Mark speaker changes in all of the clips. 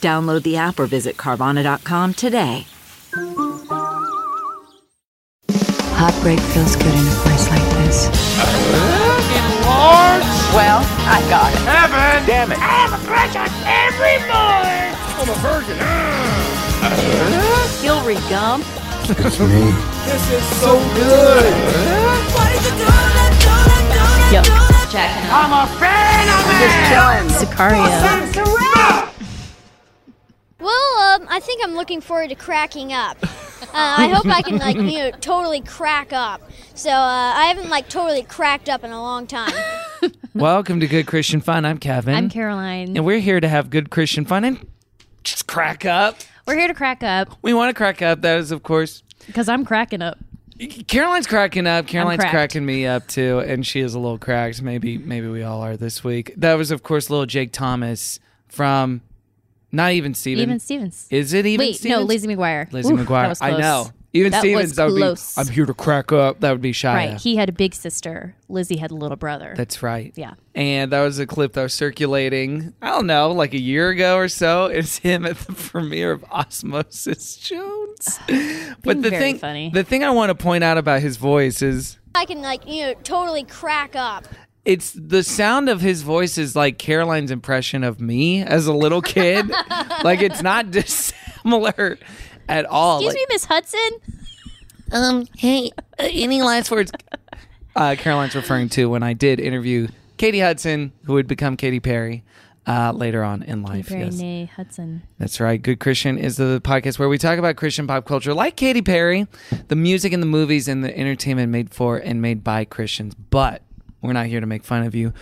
Speaker 1: Download the app or visit Carvana.com today.
Speaker 2: Heartbreak feels good in a place like this.
Speaker 3: Well, I got it.
Speaker 4: Damn it.
Speaker 3: Hillary Gump. It's me. This is so good. Yep. Jack and I'm
Speaker 5: Well, um, I think I'm looking forward to cracking up. Uh, I hope I can like you know totally crack up. So uh, I haven't like totally cracked up in a long time.
Speaker 6: Welcome to Good Christian Fun. I'm Kevin.
Speaker 7: I'm Caroline.
Speaker 6: And we're here to have good Christian fun and just crack up.
Speaker 7: We're here to crack up
Speaker 6: We want to crack up. That is, of course,
Speaker 7: because I'm cracking up.
Speaker 6: Caroline's cracking up. Caroline's
Speaker 7: cracked.
Speaker 6: cracking me up too, and she is a little cracked. Maybe, maybe we all are this week. That was, of course, little Jake Thomas from not even Steven.
Speaker 7: Even Stevens.
Speaker 6: Is it even
Speaker 7: Wait,
Speaker 6: Stevens?
Speaker 7: no, Lizzie McGuire.
Speaker 6: Lizzie
Speaker 7: Oof,
Speaker 6: McGuire.
Speaker 7: That was
Speaker 6: I
Speaker 7: close.
Speaker 6: know. Even
Speaker 7: That
Speaker 6: Stevens.
Speaker 7: was
Speaker 6: that would
Speaker 7: close.
Speaker 6: be. I'm here to crack up. That would be Shia.
Speaker 7: Right. He had a big sister. Lizzie had a little brother.
Speaker 6: That's right.
Speaker 7: Yeah.
Speaker 6: And that was a clip that was circulating, I don't know, like a year ago or so. It's him at the premiere of Osmosis Jones. but the
Speaker 7: very
Speaker 6: thing
Speaker 7: funny.
Speaker 6: the thing I want to point out about his voice is
Speaker 5: I can like you know totally crack up.
Speaker 6: it's the sound of his voice is like Caroline's impression of me as a little kid. like it's not dissimilar at all.
Speaker 7: Excuse
Speaker 6: Like,
Speaker 7: me, Miss Hudson.
Speaker 6: um, hey, uh, any last words? Uh, Caroline's referring to when I did interview Katie Hudson, who would become Katy Perry uh, later on in life.
Speaker 7: Very
Speaker 6: yes.
Speaker 7: nay Hudson.
Speaker 6: That's right. Good Christian is the podcast where we talk about Christian pop culture, like Katy Perry, the music and the movies and the entertainment made for and made by Christians. But we're not here to make fun of you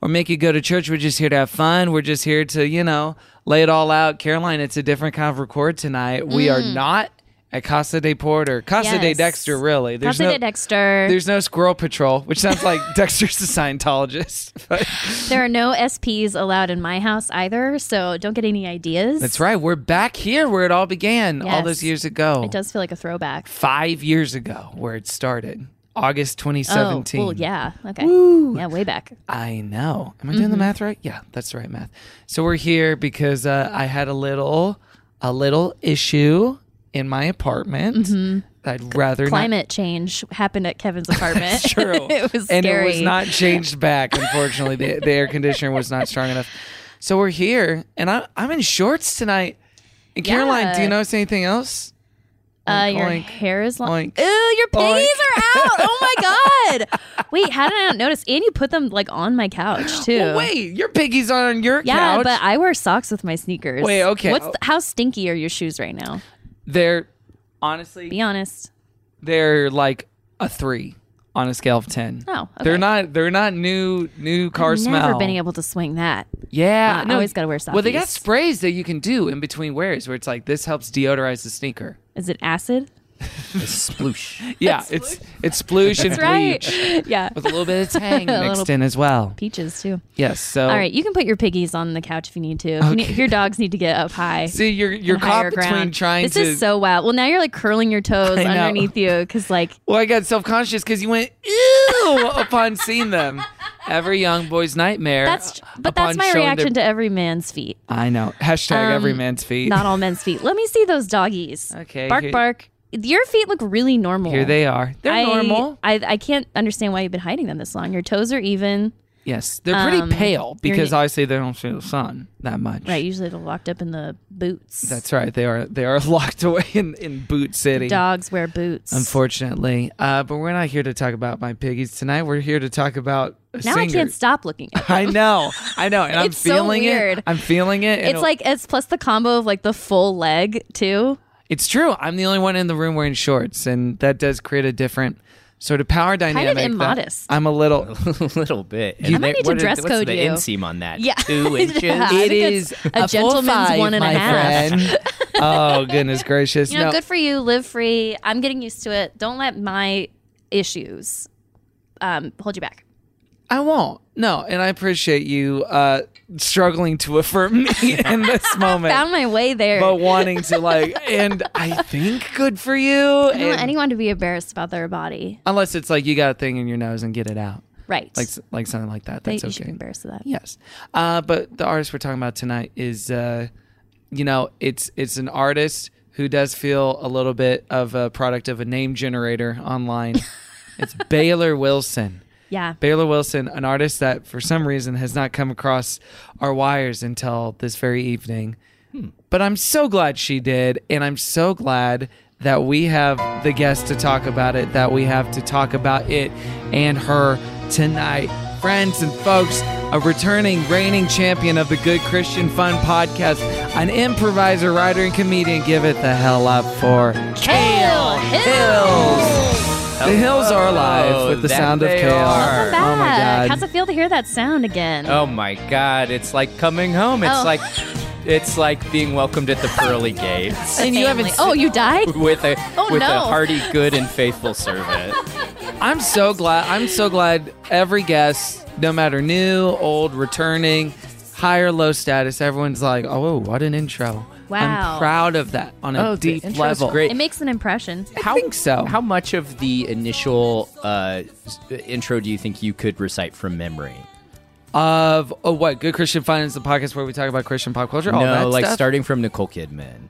Speaker 6: or make you go to church. We're just here to have fun. We're just here to, you know, lay it all out. Caroline, it's a different kind of record tonight. We are not at Casa de Porter, Casa de
Speaker 7: Mm. Yes.
Speaker 6: Dexter, really.
Speaker 7: Casa de Dexter.
Speaker 6: There's no Squirrel Patrol, which sounds like Dexter's a Scientologist. But-
Speaker 7: There are no SPs allowed in my house either, so don't get any ideas.
Speaker 6: That's right. We're back here where it all began all
Speaker 7: Yes.
Speaker 6: those years ago.
Speaker 7: It does feel like a throwback.
Speaker 6: five years ago where it started, August 2017.
Speaker 7: Oh, well, yeah. Okay. Yeah, way back.
Speaker 6: I know. Am I doing
Speaker 7: Mm-hmm.
Speaker 6: the math right? Yeah, that's the right math. So we're here because uh, I had a little, a little issue in my apartment. I'd rather not-
Speaker 7: Mm-hmm. Climate change happened at Kevin's apartment.
Speaker 6: True.
Speaker 7: it was
Speaker 6: and
Speaker 7: scary.
Speaker 6: it was not changed back. Unfortunately, the, the air conditioner was not strong enough. So we're here, and I, I'm in shorts tonight. And Caroline, do you
Speaker 7: Yeah.
Speaker 6: notice anything else?
Speaker 7: Uh,
Speaker 6: Oink,
Speaker 7: your
Speaker 6: oink.
Speaker 7: hair is long.
Speaker 6: Oink.
Speaker 7: Ew, your piggies
Speaker 6: Oink.
Speaker 7: are out. Oh my god. Wait, how did I not notice? And you put them like on my couch too.
Speaker 6: Well, wait, your piggy's on your
Speaker 7: Yeah,
Speaker 6: couch.
Speaker 7: but I wear socks with my sneakers.
Speaker 6: Wait, okay. oh.
Speaker 7: What's the, how stinky are your shoes right now?
Speaker 6: they're honestly
Speaker 7: Be honest.
Speaker 6: they're like a three on a scale of ten.
Speaker 7: Oh, okay.
Speaker 6: they're not. They're not new. New car
Speaker 7: I've
Speaker 6: smell.
Speaker 7: Never been able to swing that.
Speaker 6: yeah,
Speaker 7: I always gotta wear
Speaker 6: Well, they got
Speaker 7: softies.
Speaker 6: sprays that you can do in between wears, where it's like this helps deodorize the sneaker.
Speaker 7: Is it acid?
Speaker 4: Sploosh.
Speaker 6: Yeah, it's it's sploosh and
Speaker 7: That's right.
Speaker 6: bleach
Speaker 7: yeah.
Speaker 6: with a little bit of tang
Speaker 7: A
Speaker 6: mixed
Speaker 7: little-
Speaker 6: in as well.
Speaker 7: Peaches too.
Speaker 6: Yes. So
Speaker 7: All right, you can put your piggies on the couch if you need to. You need- your dogs need to get up high.
Speaker 6: See, you're you're
Speaker 7: and higher
Speaker 6: caught between
Speaker 7: ground.
Speaker 6: trying
Speaker 7: this
Speaker 6: to.
Speaker 7: is so wild. Well, now you're like curling your toes
Speaker 6: I know.
Speaker 7: underneath you because like
Speaker 6: well, I got self conscious because you went ew upon seeing them. Every young boy's nightmare.
Speaker 7: that's but
Speaker 6: upon
Speaker 7: that's my
Speaker 6: showing their-
Speaker 7: reaction to every man's feet.
Speaker 6: I know. Hashtag every
Speaker 7: Um,
Speaker 6: man's feet.
Speaker 7: Not all men's feet. Let me see those doggies.
Speaker 6: Okay,
Speaker 7: Bark,
Speaker 6: here-
Speaker 7: bark. Your feet look really normal.
Speaker 6: Here they are. They're
Speaker 7: I,
Speaker 6: normal.
Speaker 7: I, I can't understand why you've been hiding them this long. Your toes are even.
Speaker 6: Yes, they're pretty
Speaker 7: Um,
Speaker 6: pale
Speaker 7: you're-
Speaker 6: because obviously they don't see the sun that much.
Speaker 7: Right. Usually they're locked up in the boots.
Speaker 6: That's right. They are they are locked away in in Boot City.
Speaker 7: Dogs wear boots.
Speaker 6: Unfortunately, uh, but we're not here to talk about my piggies tonight. We're here to talk about a
Speaker 7: now I
Speaker 6: singer.
Speaker 7: can't stop looking at them.
Speaker 6: I know, I know, and I'm
Speaker 7: It's so
Speaker 6: feeling
Speaker 7: weird.
Speaker 6: it. I'm feeling it. and
Speaker 7: It's like it's plus the combo of like the full leg too.
Speaker 6: it's true. I'm the only one in the room wearing shorts, and that does create a different So to power dynamic, that-
Speaker 7: immodest.
Speaker 6: I'm a little.
Speaker 4: a little bit.
Speaker 6: You-
Speaker 4: And
Speaker 6: I
Speaker 7: might need to
Speaker 4: what are-
Speaker 7: dress
Speaker 4: what's
Speaker 7: code
Speaker 4: the
Speaker 7: you.
Speaker 4: inseam on that?
Speaker 7: Yeah.
Speaker 4: Two inches.
Speaker 7: Yeah. I
Speaker 6: It
Speaker 7: think
Speaker 6: is
Speaker 7: it's
Speaker 6: full
Speaker 7: a gentleman's
Speaker 6: five,
Speaker 7: one and a
Speaker 6: my
Speaker 7: half.
Speaker 6: friend. oh goodness gracious!
Speaker 7: You know,
Speaker 6: no,
Speaker 7: good for you. Live free. I'm getting used to it. Don't let my issues um, hold you back.
Speaker 6: I won't. No, and I appreciate you uh, struggling to affirm me in this moment,
Speaker 7: Found my way there.
Speaker 6: but wanting to like. And I think good for you.
Speaker 7: I don't want
Speaker 6: and-
Speaker 7: anyone to be embarrassed about their body.
Speaker 6: unless it's like you got a thing in your nose and get it out,
Speaker 7: Right.
Speaker 6: like like something like that.
Speaker 7: They-
Speaker 6: That's
Speaker 7: you should be
Speaker 6: okay.
Speaker 7: embarrassed of that.
Speaker 6: Yes. Uh, but the artist we're talking about tonight is, uh, you know, it's it's an artist who does feel a little bit of a product of a name generator online. it's Baylor Wilson.
Speaker 7: Yeah.
Speaker 6: Baylor Wilson, an artist that for some reason has not come across our wires until this very evening. But I'm so glad she did. And I'm so glad that we have the guest to talk about it, that we have to talk about it and her tonight. Friends and folks, a returning reigning champion of the Good Christian Fun podcast, an improviser, writer, and comedian. Give it the hell up for Kale Hills. The hills are alive with the
Speaker 4: that
Speaker 6: sound of
Speaker 4: Oh. they
Speaker 6: kale.
Speaker 4: are.
Speaker 6: Oh my
Speaker 7: Back.
Speaker 6: god.
Speaker 7: How's it feel to hear that sound again?
Speaker 4: Oh my god, it's like coming home. It's
Speaker 7: Oh.
Speaker 4: like it's like being welcomed at the pearly gates
Speaker 6: and you haven't
Speaker 7: Like, oh, you died?
Speaker 4: with a
Speaker 7: Oh,
Speaker 4: with
Speaker 7: no.
Speaker 4: a hearty good and faithful servant.
Speaker 6: I'm so glad I'm so glad every guest, no matter new, old, returning, high or low status, everyone's like, Oh, what an intro. I'm
Speaker 7: Wow.
Speaker 6: proud of that on a
Speaker 4: Oh, the
Speaker 6: deep
Speaker 4: intro's
Speaker 6: level.
Speaker 4: great.
Speaker 7: It makes an impression.
Speaker 6: I think so.
Speaker 4: How much of the initial uh, s- intro do you think you could recite from memory?
Speaker 6: Of oh what, Good Christian Fun is the podcast where we talk about Christian pop culture, all
Speaker 4: no,
Speaker 6: that
Speaker 4: like
Speaker 6: stuff.
Speaker 4: starting from Nicole Kidman.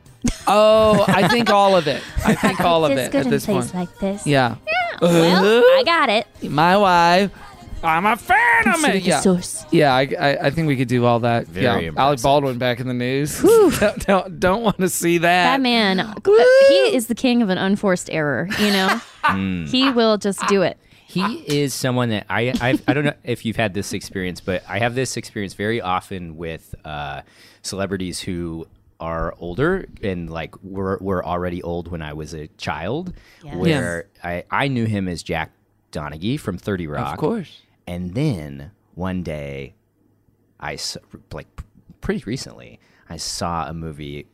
Speaker 6: oh, I think all of it. I think all of it at this point.
Speaker 7: like this.
Speaker 6: yeah. Uh-huh.
Speaker 7: Well, I got it.
Speaker 6: My wife. I'm a fan of it. Yeah.
Speaker 7: source.
Speaker 6: Yeah, I, I, I think we could do all that.
Speaker 4: Very
Speaker 6: yeah, Alec
Speaker 4: impressive.
Speaker 6: Baldwin back in the news. don't don't, don't want to see that.
Speaker 7: That man, uh, he is the king of an unforced error, you know?
Speaker 6: Mm.
Speaker 7: He will just do it.
Speaker 4: He is someone that I I've, I don't know if you've had this experience, but I have this experience very often with uh, celebrities who are older and like were were already old when I was a child.
Speaker 7: Yes.
Speaker 4: Where I I knew him as Jack Donaghy from Thirty Rock,
Speaker 6: Of course.
Speaker 4: and then one day, I s- like p- pretty recently I saw a movie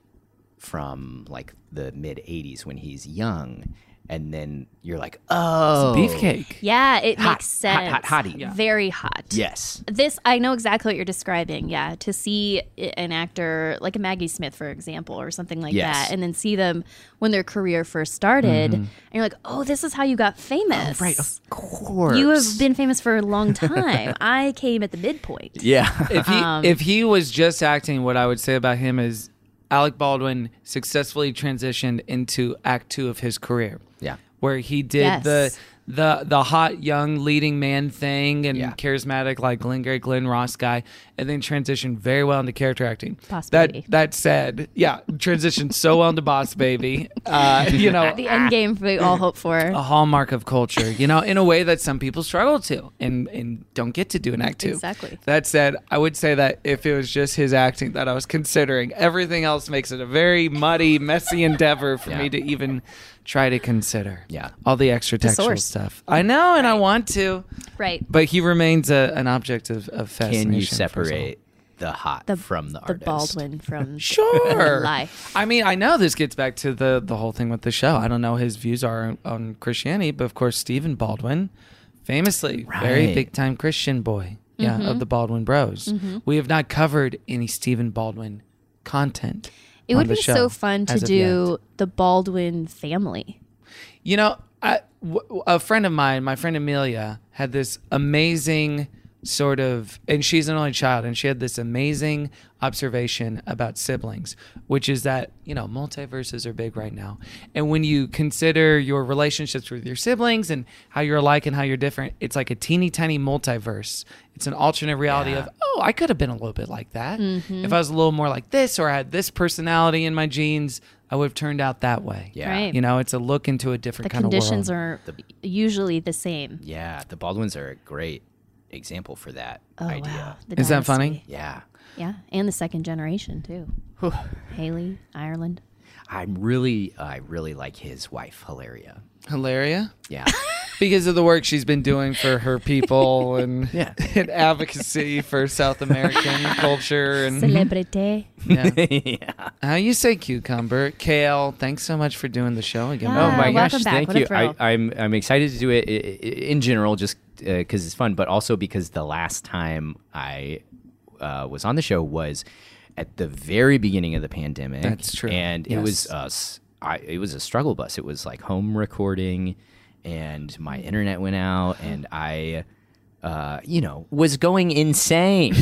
Speaker 4: from like the mid '80s when he's young. And then you're like, oh,
Speaker 6: Beefcake.
Speaker 7: Yeah, it
Speaker 4: Hot,
Speaker 7: makes
Speaker 4: hot,
Speaker 7: sense.
Speaker 4: hot, hottie. Yeah.
Speaker 7: Very hot.
Speaker 4: Yes.
Speaker 7: This, I know exactly what you're describing. Yeah. To see i- an actor like a Maggie Smith, for example, or something like
Speaker 4: Yes.
Speaker 7: that, and then see them when their career first started,
Speaker 6: Mm-hmm.
Speaker 7: and you're like, oh, this is how you got famous.
Speaker 6: Oh,
Speaker 7: right.
Speaker 4: course.
Speaker 7: You have been famous for a long time. I came at the midpoint.
Speaker 4: Yeah.
Speaker 6: If he
Speaker 7: Um,
Speaker 6: if he was just acting, what I would say about him is Alec Baldwin successfully transitioned into Act Two of his career.
Speaker 4: Yeah.
Speaker 6: where he did
Speaker 7: Yes.
Speaker 6: the the the hot young leading man thing and
Speaker 4: Yeah.
Speaker 6: charismatic like Glenn Gary Glenn Ross guy, and then transitioned very well into character acting.
Speaker 7: Boss
Speaker 6: that
Speaker 7: Baby.
Speaker 6: that said, yeah, transitioned so well into Boss Baby. Uh, you know,
Speaker 7: The end game we all hope for.
Speaker 6: a hallmark of culture, you know, in a way that some people struggle to and and don't get to do in act two.
Speaker 7: Exactly.
Speaker 6: That said, I would say that if it was just his acting that I was considering, everything else makes it a very muddy, messy endeavor for me
Speaker 4: Yeah.
Speaker 6: to even try to consider.
Speaker 4: Yeah.
Speaker 6: All the extra textual
Speaker 7: source.
Speaker 6: stuff. I know and I want to.
Speaker 7: Right.
Speaker 6: But he remains a, an object of, of fascination.
Speaker 4: Can
Speaker 6: for
Speaker 4: you
Speaker 6: us all.
Speaker 4: separate the hot from the,
Speaker 7: the
Speaker 4: artist?
Speaker 7: Baldwin from
Speaker 6: Sure.
Speaker 7: life.
Speaker 6: I mean, I know this gets back to the the whole thing with the show. I don't know his views are on, on Christianity, but of course Stephen Baldwin, famously very
Speaker 4: Right.
Speaker 6: big time Christian boy, yeah, of the Baldwin Bros. We have not covered any Stephen Baldwin content.
Speaker 7: It
Speaker 6: on
Speaker 7: would
Speaker 6: the
Speaker 7: be so
Speaker 6: show
Speaker 7: fun to
Speaker 6: as of
Speaker 7: do the Baldwin family.
Speaker 6: You know, I, w- a friend of mine, my friend Amelia, had this amazing sort of, and she's an only child, and she had this amazing observation about siblings, which is that, you know, multiverses are big right now. And when you consider your relationships with your siblings and how you're alike and how you're different, it's like a teeny tiny multiverse. It's an alternate reality of, oh, I could have been a little bit like that. If I was a little more like this or I had this personality in my genes, I would have turned out that way.
Speaker 4: Yeah.
Speaker 7: Right.
Speaker 6: You know, it's a look into a
Speaker 7: The
Speaker 6: different kind
Speaker 7: conditions
Speaker 6: of world.
Speaker 7: are usually the same.
Speaker 4: Yeah. The Baldwins are a great example for that
Speaker 7: Oh
Speaker 4: idea.
Speaker 7: wow! The
Speaker 6: Is that funny?
Speaker 7: dynasty.
Speaker 4: Yeah.
Speaker 7: Yeah, and the second generation too. Haley, Ireland.
Speaker 4: I'm really, I really like his wife, Hilaria.
Speaker 6: Hilaria?
Speaker 4: Yeah.
Speaker 6: because of the work she's been doing for her people and,
Speaker 4: Yeah.
Speaker 6: and advocacy for South American culture. And
Speaker 7: Celebrity.
Speaker 6: yeah.
Speaker 4: yeah.
Speaker 6: how you say cucumber, Kale? Thanks so much for doing the show again.
Speaker 7: Yeah.
Speaker 4: Oh my
Speaker 7: Ah, welcome
Speaker 4: gosh!
Speaker 7: back.
Speaker 4: Thank
Speaker 7: What a
Speaker 4: you. I,
Speaker 7: thrill.
Speaker 4: I'm I'm excited to do it i- i- in general, just because it's fun, but also because the last time I uh, was on the show was at the very beginning of the pandemic.
Speaker 6: That's true.
Speaker 4: and it
Speaker 6: Yes.
Speaker 4: was us. I it was a struggle bus. It was like home recording, and my internet went out, and I. Uh, you know, was going insane.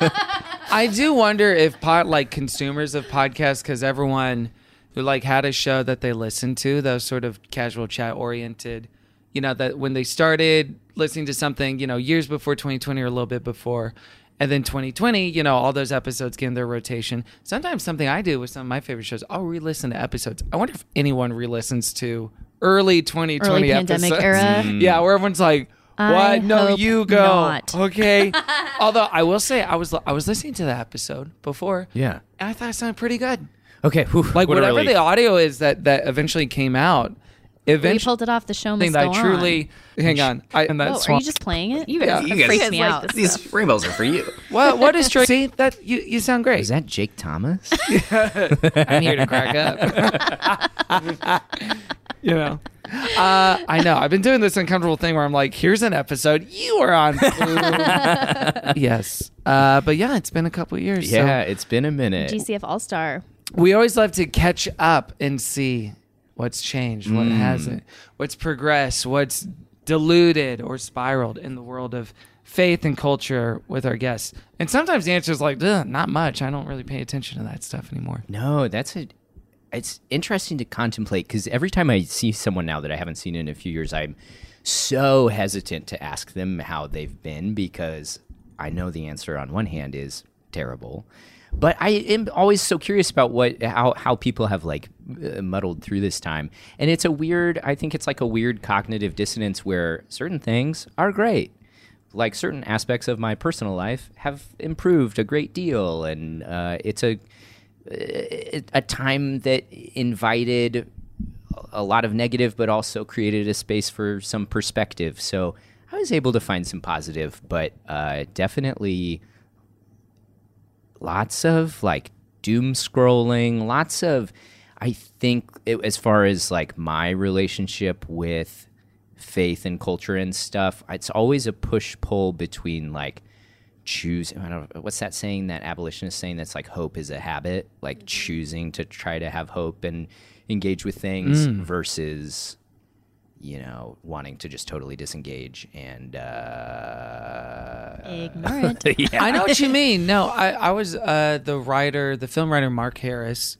Speaker 6: I do wonder if pod like consumers of podcasts because everyone who like had a show that they listened to that was sort of casual chat oriented, you know, that when they started listening to something, you know, years before 2020 or a little bit before, and then 2020, you know, all those episodes get in their rotation. Sometimes something I do with some of my favorite shows, I'll re-listen to episodes. I wonder if anyone re-listens to early 2020
Speaker 7: Early pandemic
Speaker 6: episodes. Mm.
Speaker 7: era.
Speaker 6: Yeah, where everyone's like, "What?
Speaker 7: I
Speaker 6: no,
Speaker 7: hope
Speaker 6: you go."
Speaker 7: not.
Speaker 6: Okay. Although I will say, I was I was listening to the episode before.
Speaker 4: Yeah.
Speaker 6: and I thought it sounded pretty good.
Speaker 4: okay, whew,
Speaker 6: Like
Speaker 4: what a
Speaker 6: whatever
Speaker 4: relief.
Speaker 6: the audio is that that eventually came out.
Speaker 7: We
Speaker 6: Eventually,
Speaker 7: pulled it off the show
Speaker 6: thing
Speaker 7: must
Speaker 6: that
Speaker 7: go
Speaker 6: I truly hang on. I, and
Speaker 7: on.
Speaker 6: that
Speaker 7: Oh, are
Speaker 6: swamp-
Speaker 7: you just playing it?
Speaker 8: You guys,
Speaker 7: Yeah.
Speaker 8: you guys
Speaker 7: Freaks me
Speaker 8: like,
Speaker 7: out, this
Speaker 8: these rainbows are for you.
Speaker 6: what what is Drake? See that you you sound great.
Speaker 4: Is that Jake Thomas?
Speaker 6: I'm here to crack up. you know. Uh, I know. I've been doing this uncomfortable thing where I'm like, here's an episode you were on. yes. Uh, but yeah, it's been a couple years. so-
Speaker 4: yeah, it's been a minute.
Speaker 7: GCF All Star.
Speaker 6: we always love to catch up and see what's changed, what hasn't, what's progressed, what's diluted or spiraled in the world of faith and culture with our guests. And sometimes the answer is like, "Ugh, not much. I don't really pay attention to that stuff anymore.
Speaker 4: No, that's a. It's interesting to contemplate because every time I see someone now that I haven't seen in a few years, I'm so hesitant to ask them how they've been because I know the answer on one hand is terrible, but I am always so curious about what how how people have like uh, muddled through this time, and it's a weird. I think it's like a weird cognitive dissonance where certain things are great like certain aspects of my personal life have improved a great deal and uh, it's a a time that invited a lot of negative but also created a space for some perspective so i was able to find some positive but uh, definitely lots of like doom scrolling, lots of I think it, as far as like my relationship with faith and culture and stuff, it's always a push pull between like choose I don't what's that saying that abolitionist saying that's like hope is a habit, like choosing to try to have hope and engage with things versus you know wanting to just totally disengage and uh
Speaker 7: Ignorant.
Speaker 4: yeah.
Speaker 6: I know what you mean. No, I, I was uh, the writer, the film writer Mark Harris,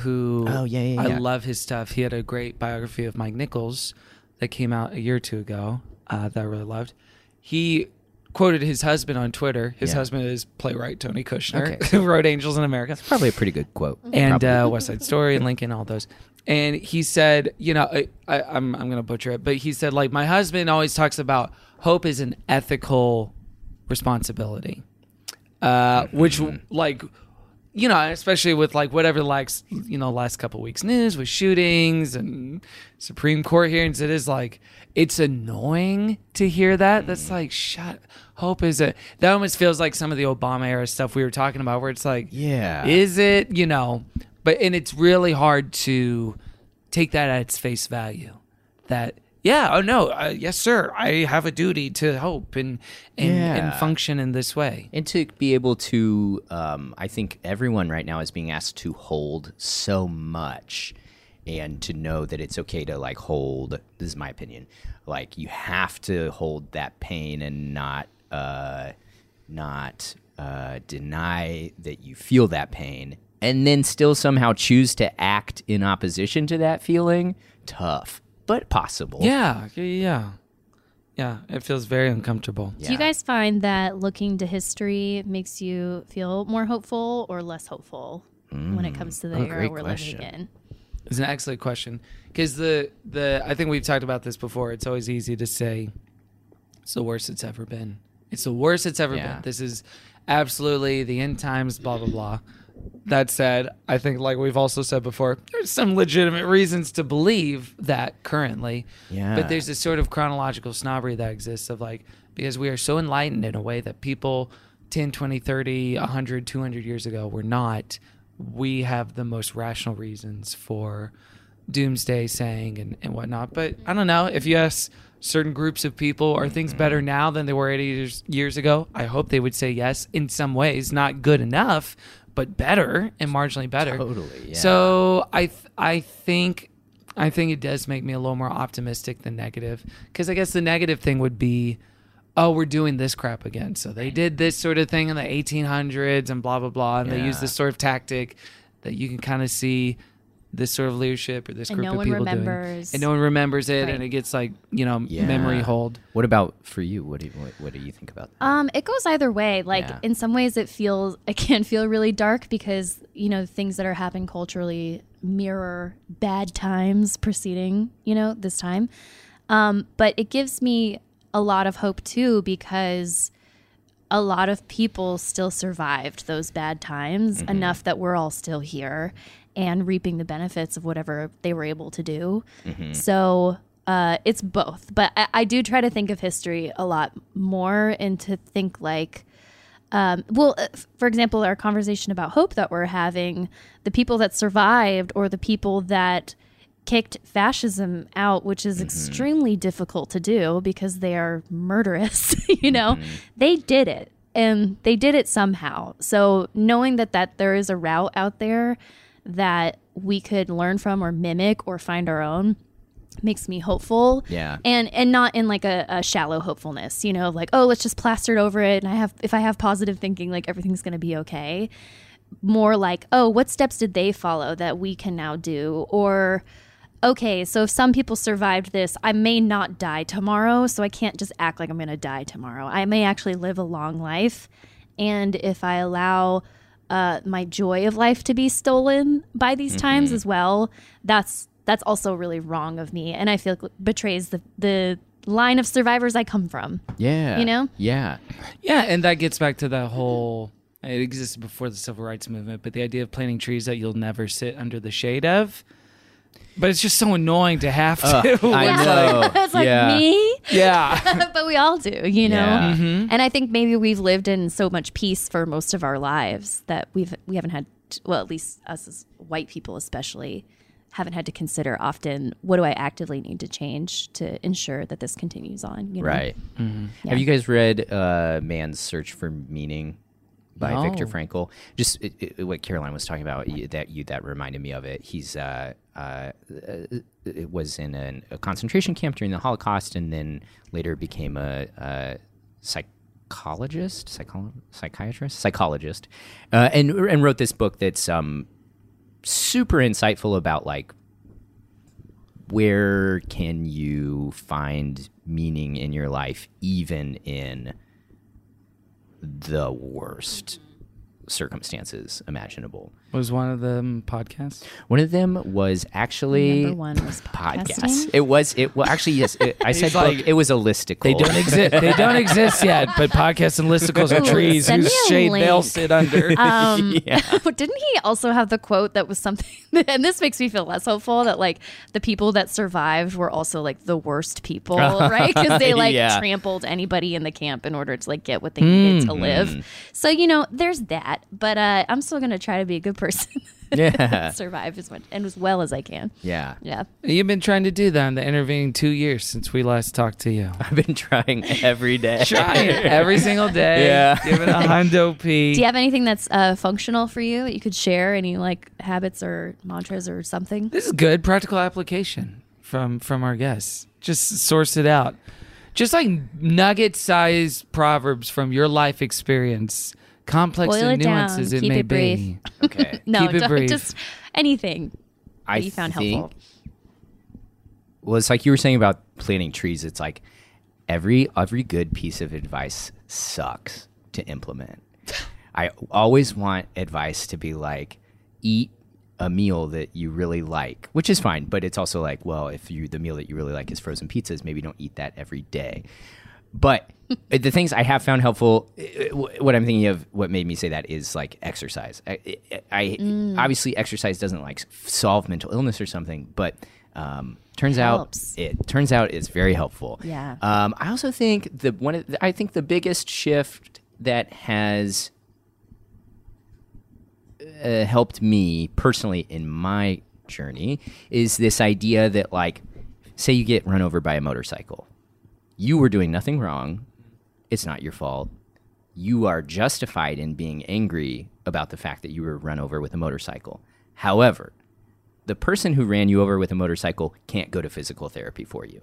Speaker 6: who
Speaker 4: Oh, yeah, yeah,
Speaker 6: I
Speaker 4: yeah.
Speaker 6: love his stuff. He had a great biography of Mike Nichols that came out a year or two ago uh, that I really loved. He quoted his husband on Twitter. His
Speaker 4: Yeah.
Speaker 6: husband is playwright Tony Kushner,
Speaker 4: Okay.
Speaker 6: who wrote Angels in America
Speaker 4: probably a pretty good quote
Speaker 6: and
Speaker 4: probably.
Speaker 6: uh, West Side Story and Lincoln, all those. And he said, you know, I, I, I'm I'm gonna butcher it, but he said like my husband always talks about hope is an ethical responsibility, uh, which
Speaker 4: Mm-hmm.
Speaker 6: like, you know, especially with like whatever like you know last couple weeks news with shootings and Supreme Court hearings, it is like it's annoying to hear that.
Speaker 4: Mm.
Speaker 6: That's like shut. Hope is a that almost feels like some of the Obama era stuff we were talking about, where it's like
Speaker 4: Yeah.
Speaker 6: is it you know but and it's really hard to take that at its face value that yeah oh no uh, yes sir i have a duty to hope and and, and
Speaker 4: Yeah.
Speaker 6: function in this way
Speaker 4: and to be able to um, i think everyone right now is being asked to hold so much and to know that it's okay to like hold this is my opinion like you have to hold that pain and not uh not uh deny that you feel that pain and then still somehow choose to act in opposition to that feeling tough but possible
Speaker 6: yeah yeah, yeah yeah it feels very uncomfortable
Speaker 7: Do you guys find that looking to history makes you feel more hopeful or less hopeful when it comes to the era
Speaker 4: Oh, great
Speaker 7: we're
Speaker 4: question.
Speaker 7: living in?
Speaker 6: It's an excellent question because the the I think we've talked about this before. It's always easy to say it's the worst it's ever been. It's the worst it's ever
Speaker 4: Yeah.
Speaker 6: been. This is absolutely the end times. Blah blah blah. That said, I think, like we've also said before, there's some legitimate reasons to believe that currently.
Speaker 4: Yeah.
Speaker 6: But there's this sort of chronological snobbery that exists of like, because we are so enlightened in a way that people 10, 20, 30, 100, 200 years ago were not, we have the most rational reasons for doomsday saying and, and whatnot. But I don't know. If you ask certain groups of people, are things
Speaker 4: Mm-hmm.
Speaker 6: better now than they were 80 years, years ago? I hope they would say yes in some ways, not good enough, but better and marginally better.
Speaker 4: Totally, yeah.
Speaker 6: So I, th- I think. I think it does make me a little more optimistic than negative. Because I guess the negative thing would be, oh, we're doing this crap again. So they did this sort of thing in the 1800s and blah, blah, blah. And they
Speaker 4: Yeah.
Speaker 6: used this sort of tactic that you can kind of see this sort of leadership or this
Speaker 7: And
Speaker 6: group
Speaker 7: no
Speaker 6: of
Speaker 7: one
Speaker 6: people doing.
Speaker 7: remembers.
Speaker 6: And no one remembers it.
Speaker 7: Right.
Speaker 6: And it gets like, you know,
Speaker 4: Yeah.
Speaker 6: memory hold.
Speaker 4: What about for you? What do you, what, what do you think about that?
Speaker 7: Um, it goes either way. Like
Speaker 4: Yeah.
Speaker 7: in some ways, it feels it can feel really dark because you know things that are happening culturally mirror bad times preceding you know this time. Um, but it gives me a lot of hope too because a lot of people still survived those bad times enough that we're all still here and reaping the benefits of whatever they were able to do. So uh, it's both. But I, I do try to think of history a lot more and to think like, um, well, uh, f- for example, our conversation about hope that we're having, the people that survived or the people that kicked fascism out, which is extremely difficult to do because they are murderous, you know, they did it and they did it somehow. So knowing that, that there is a route out there that we could learn from or mimic or find our own makes me hopeful
Speaker 4: Yeah.
Speaker 7: and and not in like a, a shallow hopefulness you know of like oh let's just plaster it over it and i have if i have positive thinking like everything's going to be okay more like oh what steps did they follow that we can now do or okay so if some people survived this i may not die tomorrow so i can't just act like i'm going to die tomorrow i may actually live a long life and if i allow uh, my joy of life to be stolen by these
Speaker 4: Mm-hmm.
Speaker 7: times as well that's that's also really wrong of me and i feel betrays the the line of survivors i come from
Speaker 4: Yeah.
Speaker 7: you know?
Speaker 4: Yeah.
Speaker 6: Yeah, and that gets back to that whole. It existed before the civil rights movement, but the idea of planting trees that you'll never sit under the shade of. But it's just so annoying to have to.
Speaker 4: Uh, I know.
Speaker 7: it's like
Speaker 4: yeah.
Speaker 7: me
Speaker 6: yeah.
Speaker 7: but we all do you know Mm-hmm.
Speaker 4: Yeah.
Speaker 7: and i think maybe we've lived in so much peace for most of our lives that we've we haven't had well at least us as white people especially haven't had to consider often what do i actively need to change to ensure that this continues on you know?
Speaker 4: Right.
Speaker 6: Mm-hmm.
Speaker 4: Have you guys read uh, Man's Search for Meaning by Viktor
Speaker 6: No.
Speaker 4: Frankl? Just it, it, what Caroline was talking about you, that you that reminded me of it. He's uh, uh, it was in an, a concentration camp during the Holocaust, and then later became a, a psychologist, psycholo- psychiatrist, psychologist, uh, and and wrote this book that's um, super insightful about like where can you find meaning in your life even in the worst circumstances imaginable
Speaker 6: Was one of them podcasts?
Speaker 4: one of them was actually
Speaker 7: Number one was
Speaker 4: podcast
Speaker 7: podcasting?
Speaker 4: it was it well actually yes it, i said
Speaker 6: like,
Speaker 4: book, it was a listicle
Speaker 6: They don't exist. They don't exist yet. But podcasts and listicles are
Speaker 7: Ooh,
Speaker 6: trees
Speaker 7: send
Speaker 6: whose
Speaker 7: me a
Speaker 6: shade they'll
Speaker 7: link.
Speaker 6: sit under.
Speaker 7: Um, but didn't he also have the quote that was something? And this makes me feel less hopeful that like the people that survived were also like the worst people, right? Because they like
Speaker 4: Yeah.
Speaker 7: trampled anybody in the camp in order to like get what they needed to
Speaker 6: Mm-hmm.
Speaker 7: live. So you know, there's that. But uh, I'm still gonna try to be a good person,
Speaker 4: yeah
Speaker 7: survive as much and as well as I can.
Speaker 4: yeah
Speaker 7: Yeah.
Speaker 6: You've been trying to do that in the intervening two years since we last talked to you.
Speaker 4: i've been trying every day
Speaker 6: Try it every single day.
Speaker 4: Yeah.
Speaker 6: Give it a hundo p.
Speaker 7: Do you have anything that's uh, functional for you that you could share? Any like habits or mantras or something?
Speaker 6: This is good practical application from from our guests. Just source it out. Just like nugget-sized proverbs from your life experience, complex
Speaker 7: Boil
Speaker 6: and
Speaker 7: it down,
Speaker 6: nuances it
Speaker 7: keep
Speaker 6: may
Speaker 7: it brief.
Speaker 6: be.
Speaker 4: okay
Speaker 7: No,
Speaker 6: Keep it
Speaker 7: don't-
Speaker 6: brief.
Speaker 7: just anything
Speaker 4: I
Speaker 7: that you found
Speaker 4: think,
Speaker 7: helpful.
Speaker 4: Well, it's like you were saying about planting trees. It's like every every good piece of advice sucks to implement. I always want advice to be like, eat a meal that you really like, which is fine. But it's also like, well, if you the meal that you really like is frozen pizzas, maybe don't eat that every day. But the things I have found helpful, eh, wh- what I'm thinking of, what made me say that is like exercise. I, I- I
Speaker 7: Mm.
Speaker 4: obviously exercise doesn't like s- solve mental illness or something, but um, turns
Speaker 7: Helps.
Speaker 4: out it turns out it's very helpful.
Speaker 7: Yeah.
Speaker 4: Um, I also think the one. Of the, I think the biggest shift that has uh, helped me personally in my journey is this idea that like, say you get run over by a motorcycle, you were doing nothing wrong. It's not your fault. You are justified in being angry about the fact that you were run over with a motorcycle. However, the person who ran you over with a motorcycle can't go to physical therapy for you.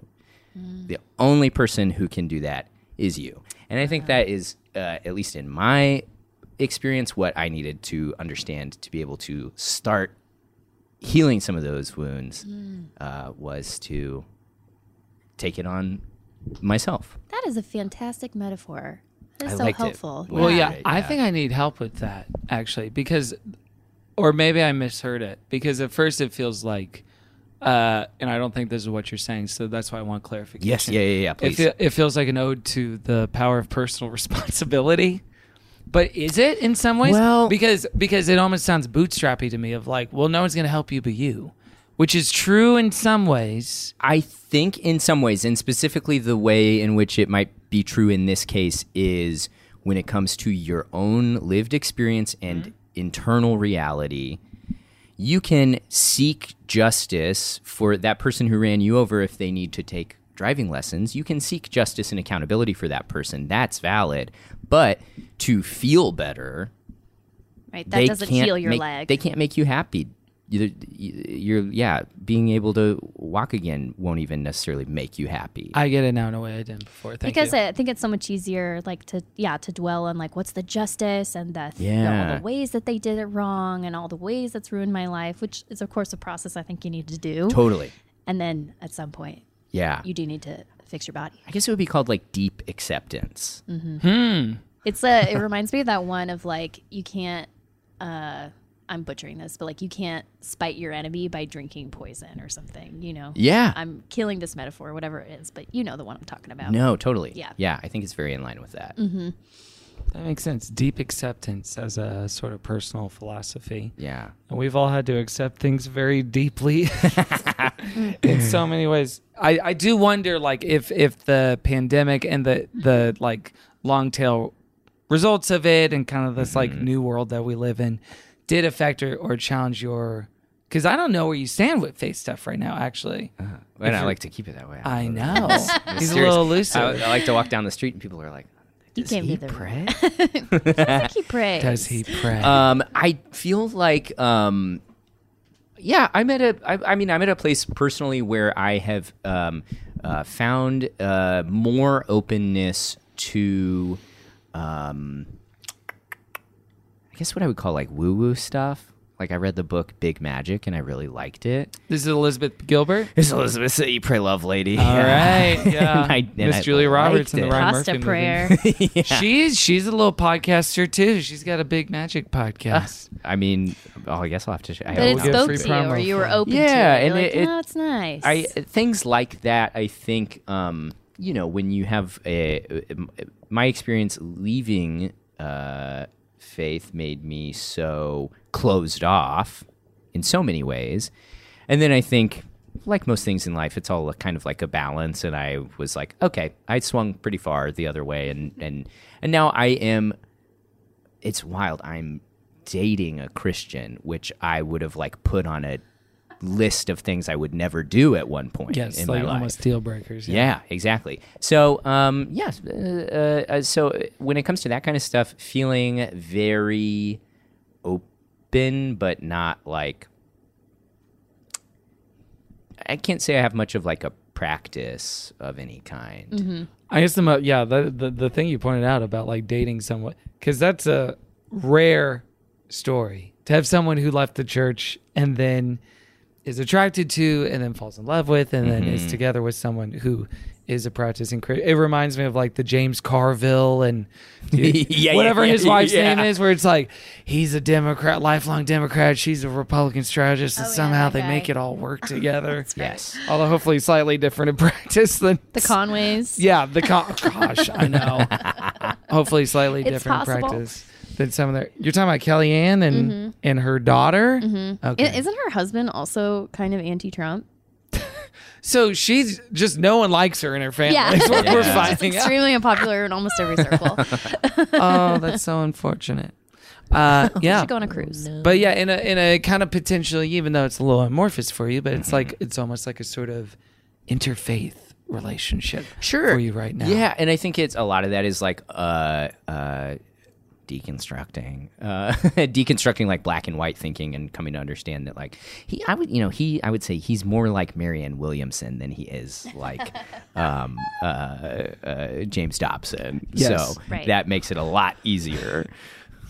Speaker 4: The only person who can do that is you. And I think that is, uh, at least in my experience, what I needed to understand to be able to start healing some of those wounds uh, was to take it on myself.
Speaker 7: That is a fantastic metaphor. That
Speaker 4: I
Speaker 7: is so
Speaker 4: liked it.
Speaker 7: helpful.
Speaker 4: Well,
Speaker 6: Well,
Speaker 4: Yeah.
Speaker 6: yeah,
Speaker 4: Right,
Speaker 6: I
Speaker 4: yeah.
Speaker 6: think I need help with that actually, because, or maybe I misheard it because at first it feels like, uh, and I don't think this is what you're saying, so that's why I want clarification.
Speaker 4: Yes. Yeah. Yeah. Yeah.
Speaker 6: It,
Speaker 4: Please.
Speaker 6: feel, it feels like an ode to the power of personal responsibility. But is it in some ways?
Speaker 4: Well-
Speaker 6: because because it almost sounds bootstrappy to me of like, well, no one's going to help you but you, which is true in some ways.
Speaker 4: I think in some ways, and specifically the way in which it might be true in this case is when it comes to your own lived experience and internal reality, you can seek justice for that person who ran you over if they need to take driving lessons. You can seek justice and accountability for that person. That's valid. But to feel better,
Speaker 7: Right. That
Speaker 4: they
Speaker 7: doesn't
Speaker 4: can't
Speaker 7: heal your
Speaker 4: make-
Speaker 7: leg.
Speaker 4: They can't make you happy. You're, you're, yeah, being able to walk again won't even necessarily make you happy.
Speaker 6: I get it now in a way I didn't before. Thank
Speaker 7: because
Speaker 6: you.
Speaker 7: I think it's so much easier, like to yeah, to dwell on like what's the justice and the, th- all
Speaker 4: Yeah.
Speaker 7: the ways that they did it wrong and all the ways that's ruined my life, which is of course a process I think you need to do.
Speaker 4: totally.
Speaker 7: And then at some point,
Speaker 4: Yeah.
Speaker 7: you do need to fix your body.
Speaker 4: I guess it would be called like deep acceptance.
Speaker 7: Mm-hmm. It's a. It reminds me of that one of like you can't. uh I'm butchering this, but like you can't spite your enemy by drinking poison or something. You know.
Speaker 4: Yeah.
Speaker 7: I'm killing this metaphor, whatever it is, but you know the one I'm talking about.
Speaker 4: no, totally.
Speaker 7: Yeah. Mm-hmm.
Speaker 4: Yeah. I think it's very in line with that.
Speaker 6: that makes sense. Deep acceptance as a sort of personal philosophy.
Speaker 4: Yeah.
Speaker 6: And we've all had to accept things very deeply in so many ways. I, I do wonder like if if the pandemic and the the like long tail results of it and kind of this like new world that we live in did affect or, or challenge your because I don't know where you stand with face stuff right now actually.
Speaker 4: And I like to keep it that way.
Speaker 6: I
Speaker 4: I'm
Speaker 6: know.
Speaker 4: a
Speaker 6: He's a
Speaker 4: serious-
Speaker 6: little
Speaker 4: I,
Speaker 6: elusive.
Speaker 4: I like to walk down the street and people are like,
Speaker 7: You
Speaker 4: does
Speaker 7: came
Speaker 4: he
Speaker 7: to the-
Speaker 4: pray?
Speaker 7: He prays.
Speaker 6: Does he pray?
Speaker 4: um, I feel like, um, yeah, I'm at a. I, I mean, I'm at a place personally where I have um, uh, found uh, more openness to, um, I guess, what I would call like woo woo stuff. Like I read the book Big Magic and I really liked it.
Speaker 6: this is Elizabeth Gilbert.
Speaker 4: It's Elizabeth City, pray love lady.
Speaker 6: All right, yeah.
Speaker 4: And I- and I
Speaker 6: Miss Julia Roberts
Speaker 4: liked
Speaker 6: in the
Speaker 4: it.
Speaker 6: Ryan
Speaker 7: Pasta
Speaker 6: Murphy
Speaker 7: prayer.
Speaker 6: movie. She's she's a little podcaster too. She's got a big magic podcast.
Speaker 4: I mean, oh, I guess I'll have to. Sh- I
Speaker 7: But it
Speaker 4: will-
Speaker 6: get
Speaker 7: spoke
Speaker 6: free
Speaker 7: to you, or
Speaker 6: promo
Speaker 7: you were
Speaker 6: for-
Speaker 7: open to it.
Speaker 4: Yeah,
Speaker 7: You're
Speaker 4: and
Speaker 7: like,
Speaker 4: it- it-
Speaker 7: "No, it's nice.
Speaker 4: I things like that. I think um, you know when you have a, my experience leaving uh, faith made me so closed off in so many ways, and then I think like most things in life, it's all a kind of like a balance. And I was like, okay, I swung pretty far the other way, and and and now I am it's wild. I'm dating a Christian, which I would have like put on a list of things I would never do at one point
Speaker 6: Yes,
Speaker 4: in
Speaker 6: like
Speaker 4: my life.
Speaker 6: almost deal breakers.
Speaker 4: yeah. exactly. So, um, yes. Uh, uh, so uh, when it comes to that kind of stuff, feeling very open, but not like I can't say I have much of like a practice of any kind.
Speaker 6: I guess the mo- yeah the, the the thing you pointed out about like dating someone because that's a rare story to have someone who left the church and
Speaker 4: Mm-hmm.
Speaker 6: then is attracted to and then falls in love with and then is together with someone who is a practicing Christian. It reminds me of like the James Carville and dude,
Speaker 4: Yeah, yeah,
Speaker 6: whatever his
Speaker 4: yeah,
Speaker 6: wife's
Speaker 4: yeah.
Speaker 6: name is, where it's like he's a Democrat, lifelong Democrat, she's a Republican strategist, and
Speaker 7: Oh, yeah,
Speaker 6: somehow
Speaker 7: that
Speaker 6: they
Speaker 7: guy.
Speaker 6: make it all work together.
Speaker 4: Yes.
Speaker 6: Although hopefully slightly different in practice than
Speaker 7: The Conways.
Speaker 6: Yeah, the con- gosh, I know. Hopefully, slightly
Speaker 7: It's
Speaker 6: different in
Speaker 7: possible. Mm-hmm.
Speaker 6: practice than some of their. You're talking about Kellyanne and and her daughter. Okay,
Speaker 7: I- Isn't her husband also kind of anti-Trump?
Speaker 6: so she's just no one likes her in her family.
Speaker 7: Yeah.
Speaker 6: That's what we're
Speaker 4: Yeah.
Speaker 7: It's
Speaker 6: finding out.
Speaker 7: extremely unpopular in almost every circle.
Speaker 6: Oh, that's so unfortunate. Uh, yeah,
Speaker 7: Should go on a cruise.
Speaker 6: but yeah, in a in a kind of potentially, even though it's a little amorphous for you, but it's
Speaker 4: Mm-hmm.
Speaker 6: like it's almost like a sort of interfaith relationship.
Speaker 4: sure
Speaker 6: for you right now.
Speaker 4: yeah and i think it's a lot of that is like uh uh deconstructing uh deconstructing like black and white thinking and coming to understand that like he i would you know he i would say he's more like marianne williamson than he is like um uh, uh james dobson
Speaker 6: Yes.
Speaker 4: so
Speaker 7: Right.
Speaker 4: that makes it a lot easier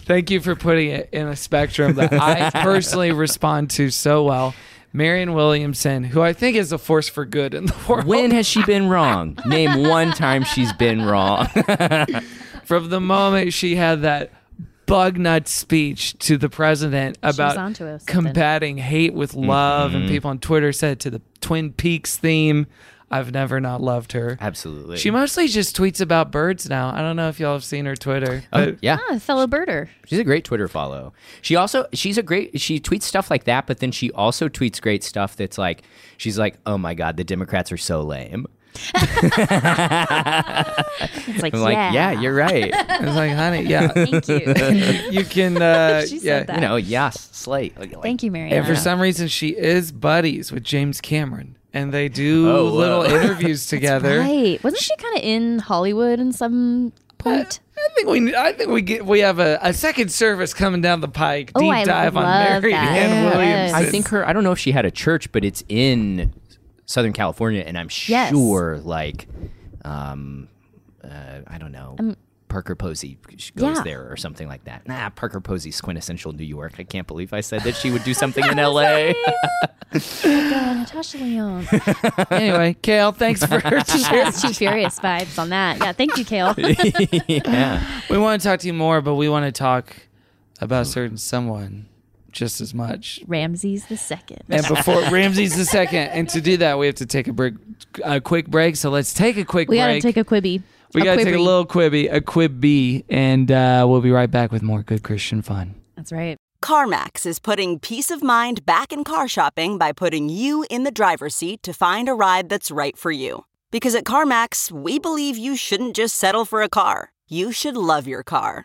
Speaker 6: Thank you for putting it in a spectrum that I personally respond to so well. Marion Williamson, who I think is a force for good in the world.
Speaker 4: when has she been wrong name one time she's been wrong
Speaker 6: From the moment she had that bug nut speech to the president about
Speaker 7: onto us then.
Speaker 6: combating hate with love, and people on Twitter said to the Twin Peaks theme, I've never not loved her.
Speaker 4: absolutely
Speaker 6: She mostly just tweets about birds now. I don't know if y'all have seen her Twitter.
Speaker 4: oh,
Speaker 6: but-
Speaker 4: yeah
Speaker 7: Ah, fellow birder.
Speaker 4: She's a great Twitter follow. She also she's a great she tweets stuff like that, but then she also tweets great stuff that's like she's like, "Oh my god, the Democrats are so lame."
Speaker 7: It's like,
Speaker 4: I'm like, "Yeah, you're right."
Speaker 6: It's like, honey, yeah,
Speaker 7: Thank you.
Speaker 6: you can. Uh,
Speaker 7: She said
Speaker 6: yeah,
Speaker 7: that.
Speaker 4: you know, yes, slate. Like,
Speaker 7: Thank you, Mary.
Speaker 6: And for some reason, she is buddies with James Cameron, and they do
Speaker 4: Oh,
Speaker 6: little
Speaker 4: whoa.
Speaker 6: interviews together.
Speaker 7: Right. Wasn't she kind of in Hollywood in some point?
Speaker 6: I think we, I think we get, we have a, a second service coming down the pike.
Speaker 7: Oh,
Speaker 6: deep
Speaker 7: I
Speaker 6: dive on
Speaker 7: love
Speaker 6: Mary
Speaker 7: that.
Speaker 6: Ann
Speaker 7: Yeah.
Speaker 6: Williams.
Speaker 4: I think her I don't know if she had a church, but it's in Southern California and I'm
Speaker 7: Yes.
Speaker 4: sure like um uh, I don't know. Parker Posey goes
Speaker 7: Um, Yeah.
Speaker 4: there or something like that. Nah, Parker Posey's quintessential New York. I can't believe I said that she would do something in LA.
Speaker 7: Yeah, Oh, Natasha Leon.
Speaker 6: anyway, Kale, thanks for sharing.
Speaker 7: That's too furious vibes on that. Yeah, thank you, Kale.
Speaker 6: We want to talk to you more, but we want to talk about a certain someone just as much.
Speaker 7: Ramses the second.
Speaker 6: And before Ramses the second, and to do that, we have to take a break, a quick break. So let's take a quick
Speaker 7: We
Speaker 6: break.
Speaker 7: gotta take a quibby.
Speaker 6: We gotta take a
Speaker 7: quibbery.
Speaker 6: little quibby, a quibby, and uh, we'll be right back with more good Christian fun.
Speaker 7: That's right.
Speaker 8: CarMax is putting peace of mind back in car shopping by putting you in the driver's seat to find a ride that's right for you. Because at CarMax, we believe you shouldn't just settle for a car, you should love your car.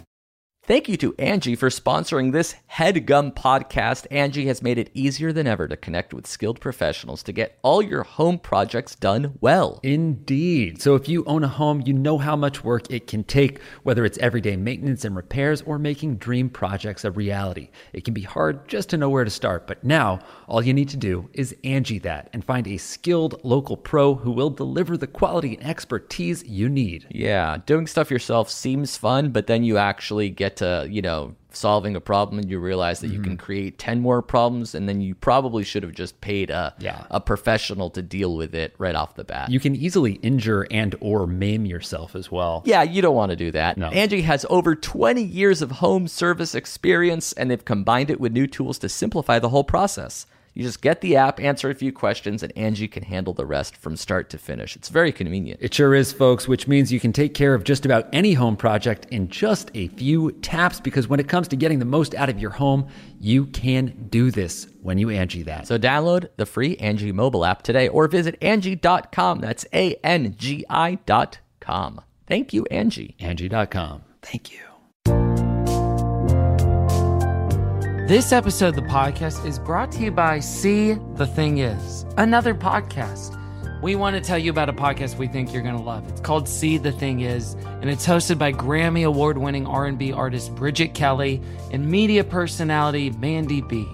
Speaker 9: Thank you to Angie for sponsoring this headgum podcast. Angie has made it easier than ever to connect with skilled professionals to get all your home projects done well.
Speaker 10: Indeed. So if you own a home, you know how much work it can take, whether it's everyday maintenance and repairs or making dream projects a reality. It can be hard just to know where to start, but now all you need to do is Angie that and find a skilled local pro who will deliver the quality and expertise you need.
Speaker 9: Yeah, doing stuff yourself seems fun, but then you actually get to, you know, solving a problem and you realize that you can
Speaker 10: Mm-hmm.
Speaker 9: create 10 more problems and then you probably should have just paid a
Speaker 10: Yeah.
Speaker 9: a professional to deal with it right off the bat.
Speaker 10: You can easily injure and or maim yourself as well.
Speaker 9: Yeah, you don't want to do that.
Speaker 10: No.
Speaker 9: Angie has over 20 years of home service experience, and they've combined it with new tools to simplify the whole process. You just get the app, answer a few questions, and Angie can handle the rest from start to finish. It's very convenient.
Speaker 10: It sure is, folks, which means you can take care of just about any home project in just a few taps because when it comes to getting the most out of your home, you can do this when you Angie that.
Speaker 9: So download the free Angie mobile app today or visit Angie.com. That's A N G I dot com. Thank you, Angie.
Speaker 10: Angie.com. Thank you.
Speaker 6: This episode of the podcast is brought to you by See the Thing Is, another podcast. We want to tell you about a podcast we think you're going to love. It's called See the Thing Is, and it's hosted by Grammy award-winning R&B artist Bridget Kelly and media personality Mandy B.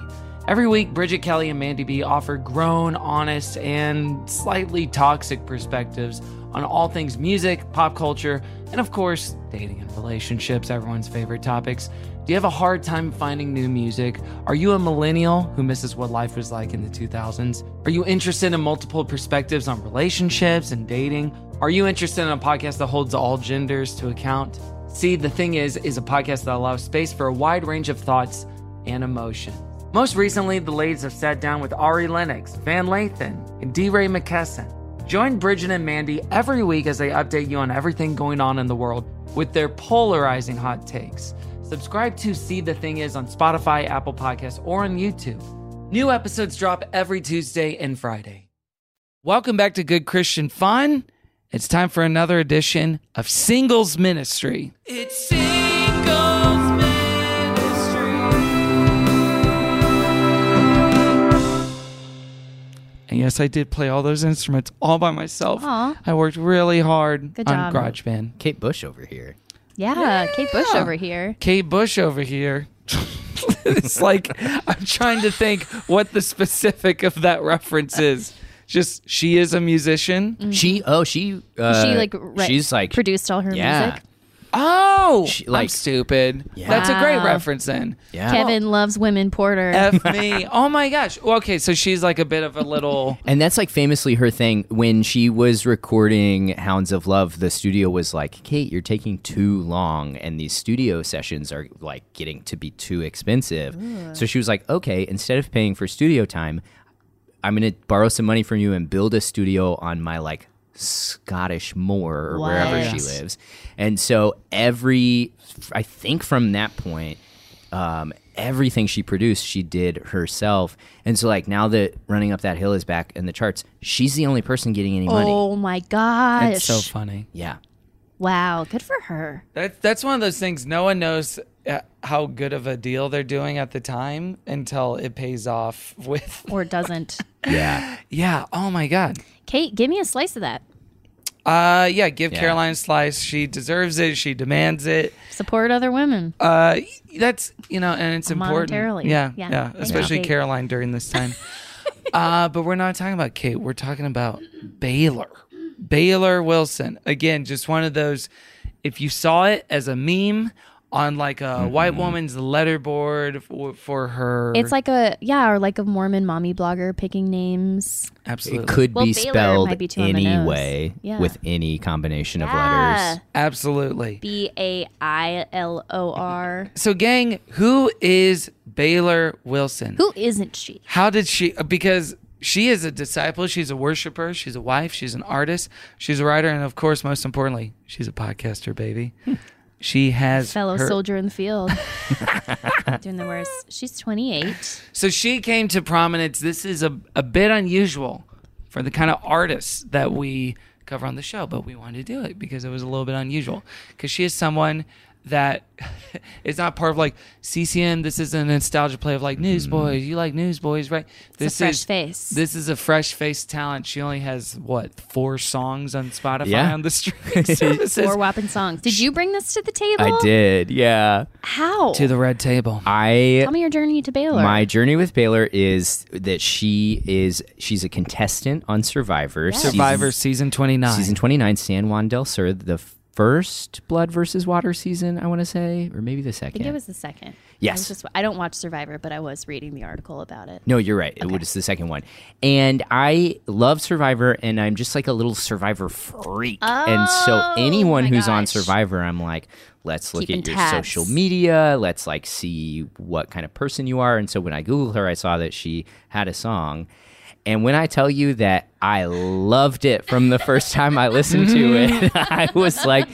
Speaker 6: Every week, Bridget Kelly and Mandy B offer grown, honest, and slightly toxic perspectives on all things music, pop culture, and of course, dating and relationships, everyone's favorite topics. Do you have a hard time finding new music? Are you a millennial who misses what life was like in the 2000s? Are you interested in multiple perspectives on relationships and dating? Are you interested in a podcast that holds all genders to account? See, the thing is, is a podcast that allows space for a wide range of thoughts and emotions. Most recently, the ladies have sat down with Ari Lennox, Van Lathan, and D. Ray McKesson. Join Bridget and Mandy every week as they update you on everything going on in the world with their polarizing hot takes. Subscribe to See the Thing Is on Spotify, Apple Podcasts, or on YouTube. New episodes drop every Tuesday and Friday. Welcome back to Good Christian Fun. It's time for another edition of Singles Ministry.
Speaker 3: It's Singles Ministry.
Speaker 6: And yes, I did play all those instruments all by myself.
Speaker 7: Aw.
Speaker 6: I worked really hard
Speaker 7: Good
Speaker 6: on
Speaker 7: job.
Speaker 6: GarageBand. Kate Bush over here.
Speaker 7: Yeah, Kate Bush over here.
Speaker 6: Kate Bush over here. it's like I'm trying to think what the specific of that reference is. Just she is a musician. She oh she
Speaker 7: Mm-hmm.
Speaker 4: uh,
Speaker 7: she like re- produced all her music.
Speaker 6: Oh, I'm stupid. That's a great
Speaker 7: Wow.
Speaker 6: reference then.
Speaker 7: Kevin loves women Porter.
Speaker 6: F me. Oh my gosh. Well, okay, so she's like a bit of a little.
Speaker 4: And that's like famously her thing. When she was recording Hounds of Love, the studio was like, Kate, you're taking too long. And these studio sessions are like getting to be too expensive.
Speaker 11: Ooh.
Speaker 4: So she was like, okay, instead of paying for studio time, I'm going to borrow some money from you and build a studio on my like Scottish moor or wherever she
Speaker 11: What?
Speaker 4: lives. And so every, I think from that point, um, everything she produced, she did herself. And so, like, now that Running Up That Hill is back in the charts, she's the only person getting any money.
Speaker 7: Oh my gosh.
Speaker 4: It's so funny. Yeah.
Speaker 7: Wow, good for her.
Speaker 6: That, that's one of those things. No one knows uh, how good of a deal they're doing at the time until it pays off with.
Speaker 7: Or doesn't.
Speaker 4: Yeah.
Speaker 6: Yeah. Oh my God.
Speaker 7: Kate, give me a slice of that.
Speaker 6: Uh, yeah. Give
Speaker 7: Yeah.
Speaker 6: Caroline a slice. She deserves it. She demands it.
Speaker 7: Support other women.
Speaker 6: Uh, that's you know, and it's important.
Speaker 7: Monetarily.
Speaker 6: Yeah,
Speaker 7: Yeah.
Speaker 6: yeah,
Speaker 7: Thank
Speaker 6: Especially
Speaker 7: you, Kate.
Speaker 6: Caroline during this time. uh, but we're not talking about Kate. We're talking about Baylor. Baylor Wilson. Again, just one of those. If you saw it as a meme on like a
Speaker 4: Mm-hmm.
Speaker 6: white woman's letterboard for, for her,
Speaker 7: It's like a yeah, or like a Mormon mommy blogger picking names.
Speaker 6: absolutely
Speaker 4: It could
Speaker 7: Well,
Speaker 4: be
Speaker 7: Baylor might
Speaker 4: spelled
Speaker 7: be too on the
Speaker 4: any
Speaker 7: nose.
Speaker 4: way
Speaker 7: Yeah.
Speaker 4: with any combination of
Speaker 7: Yeah.
Speaker 4: letters.
Speaker 6: Absolutely.
Speaker 7: B A I L O R.
Speaker 6: So, gang, who is Baylor Wilson?
Speaker 7: Who isn't she?
Speaker 6: How did she? uh, Because she is a disciple, she's a worshiper, she's a wife, she's an artist, she's a writer, and of course, most importantly, she's a podcaster, baby. she has
Speaker 7: Fellow
Speaker 6: her-
Speaker 7: soldier in the field. Doing the worst. She's 28.
Speaker 6: So she came to prominence. This is a, a bit unusual for the kind of artists that we cover on the show, but we wanted to do it because it was a little bit unusual. Because she is someone that is not part of like CCM. This is a nostalgia play of like Newsboys. You like Newsboys, right?
Speaker 7: Mm-hmm. a
Speaker 6: this
Speaker 7: fresh
Speaker 6: is
Speaker 7: face.
Speaker 6: This is a fresh face talent. She only has what four songs on Spotify
Speaker 4: Yeah.
Speaker 6: on the streaming services.
Speaker 7: Four whopping songs. Did you bring this to the table?
Speaker 4: I did. Yeah.
Speaker 7: How?
Speaker 6: To the red table.
Speaker 4: I.
Speaker 7: Tell me your journey to Baylor.
Speaker 4: My journey with Baylor is that she is she's a contestant on Survivor.
Speaker 6: Yes. Survivor season 29.
Speaker 4: Season 29 San Juan del Sur, the first Blood versus Water season, I want to say, or maybe the
Speaker 7: I think
Speaker 4: second.
Speaker 7: it was the second. I, was
Speaker 4: Yes.
Speaker 7: just, I don't watch Survivor, but I was reading the article about it.
Speaker 4: No, you're right. It would It's the second one. And I love Survivor, and I'm just like a little Survivor freak. and
Speaker 7: Oh
Speaker 4: so anyone who's on Survivor, I'm like, let's look
Speaker 7: Keeping
Speaker 4: at your
Speaker 7: tabs.
Speaker 4: social media. Let's like see what kind of person you are. And so when I Googled her, I saw that she had a song. And when I tell you that I loved it from the first time I listened to it, I was like,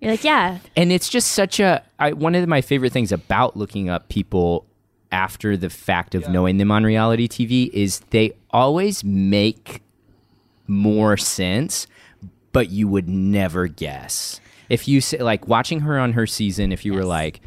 Speaker 7: You're like, yeah,
Speaker 4: and it's just such a I, one of my favorite things about looking up people after the fact of knowing them on reality TV is they always make more sense, but you would never guess. If you say like watching her on her season, if you were like,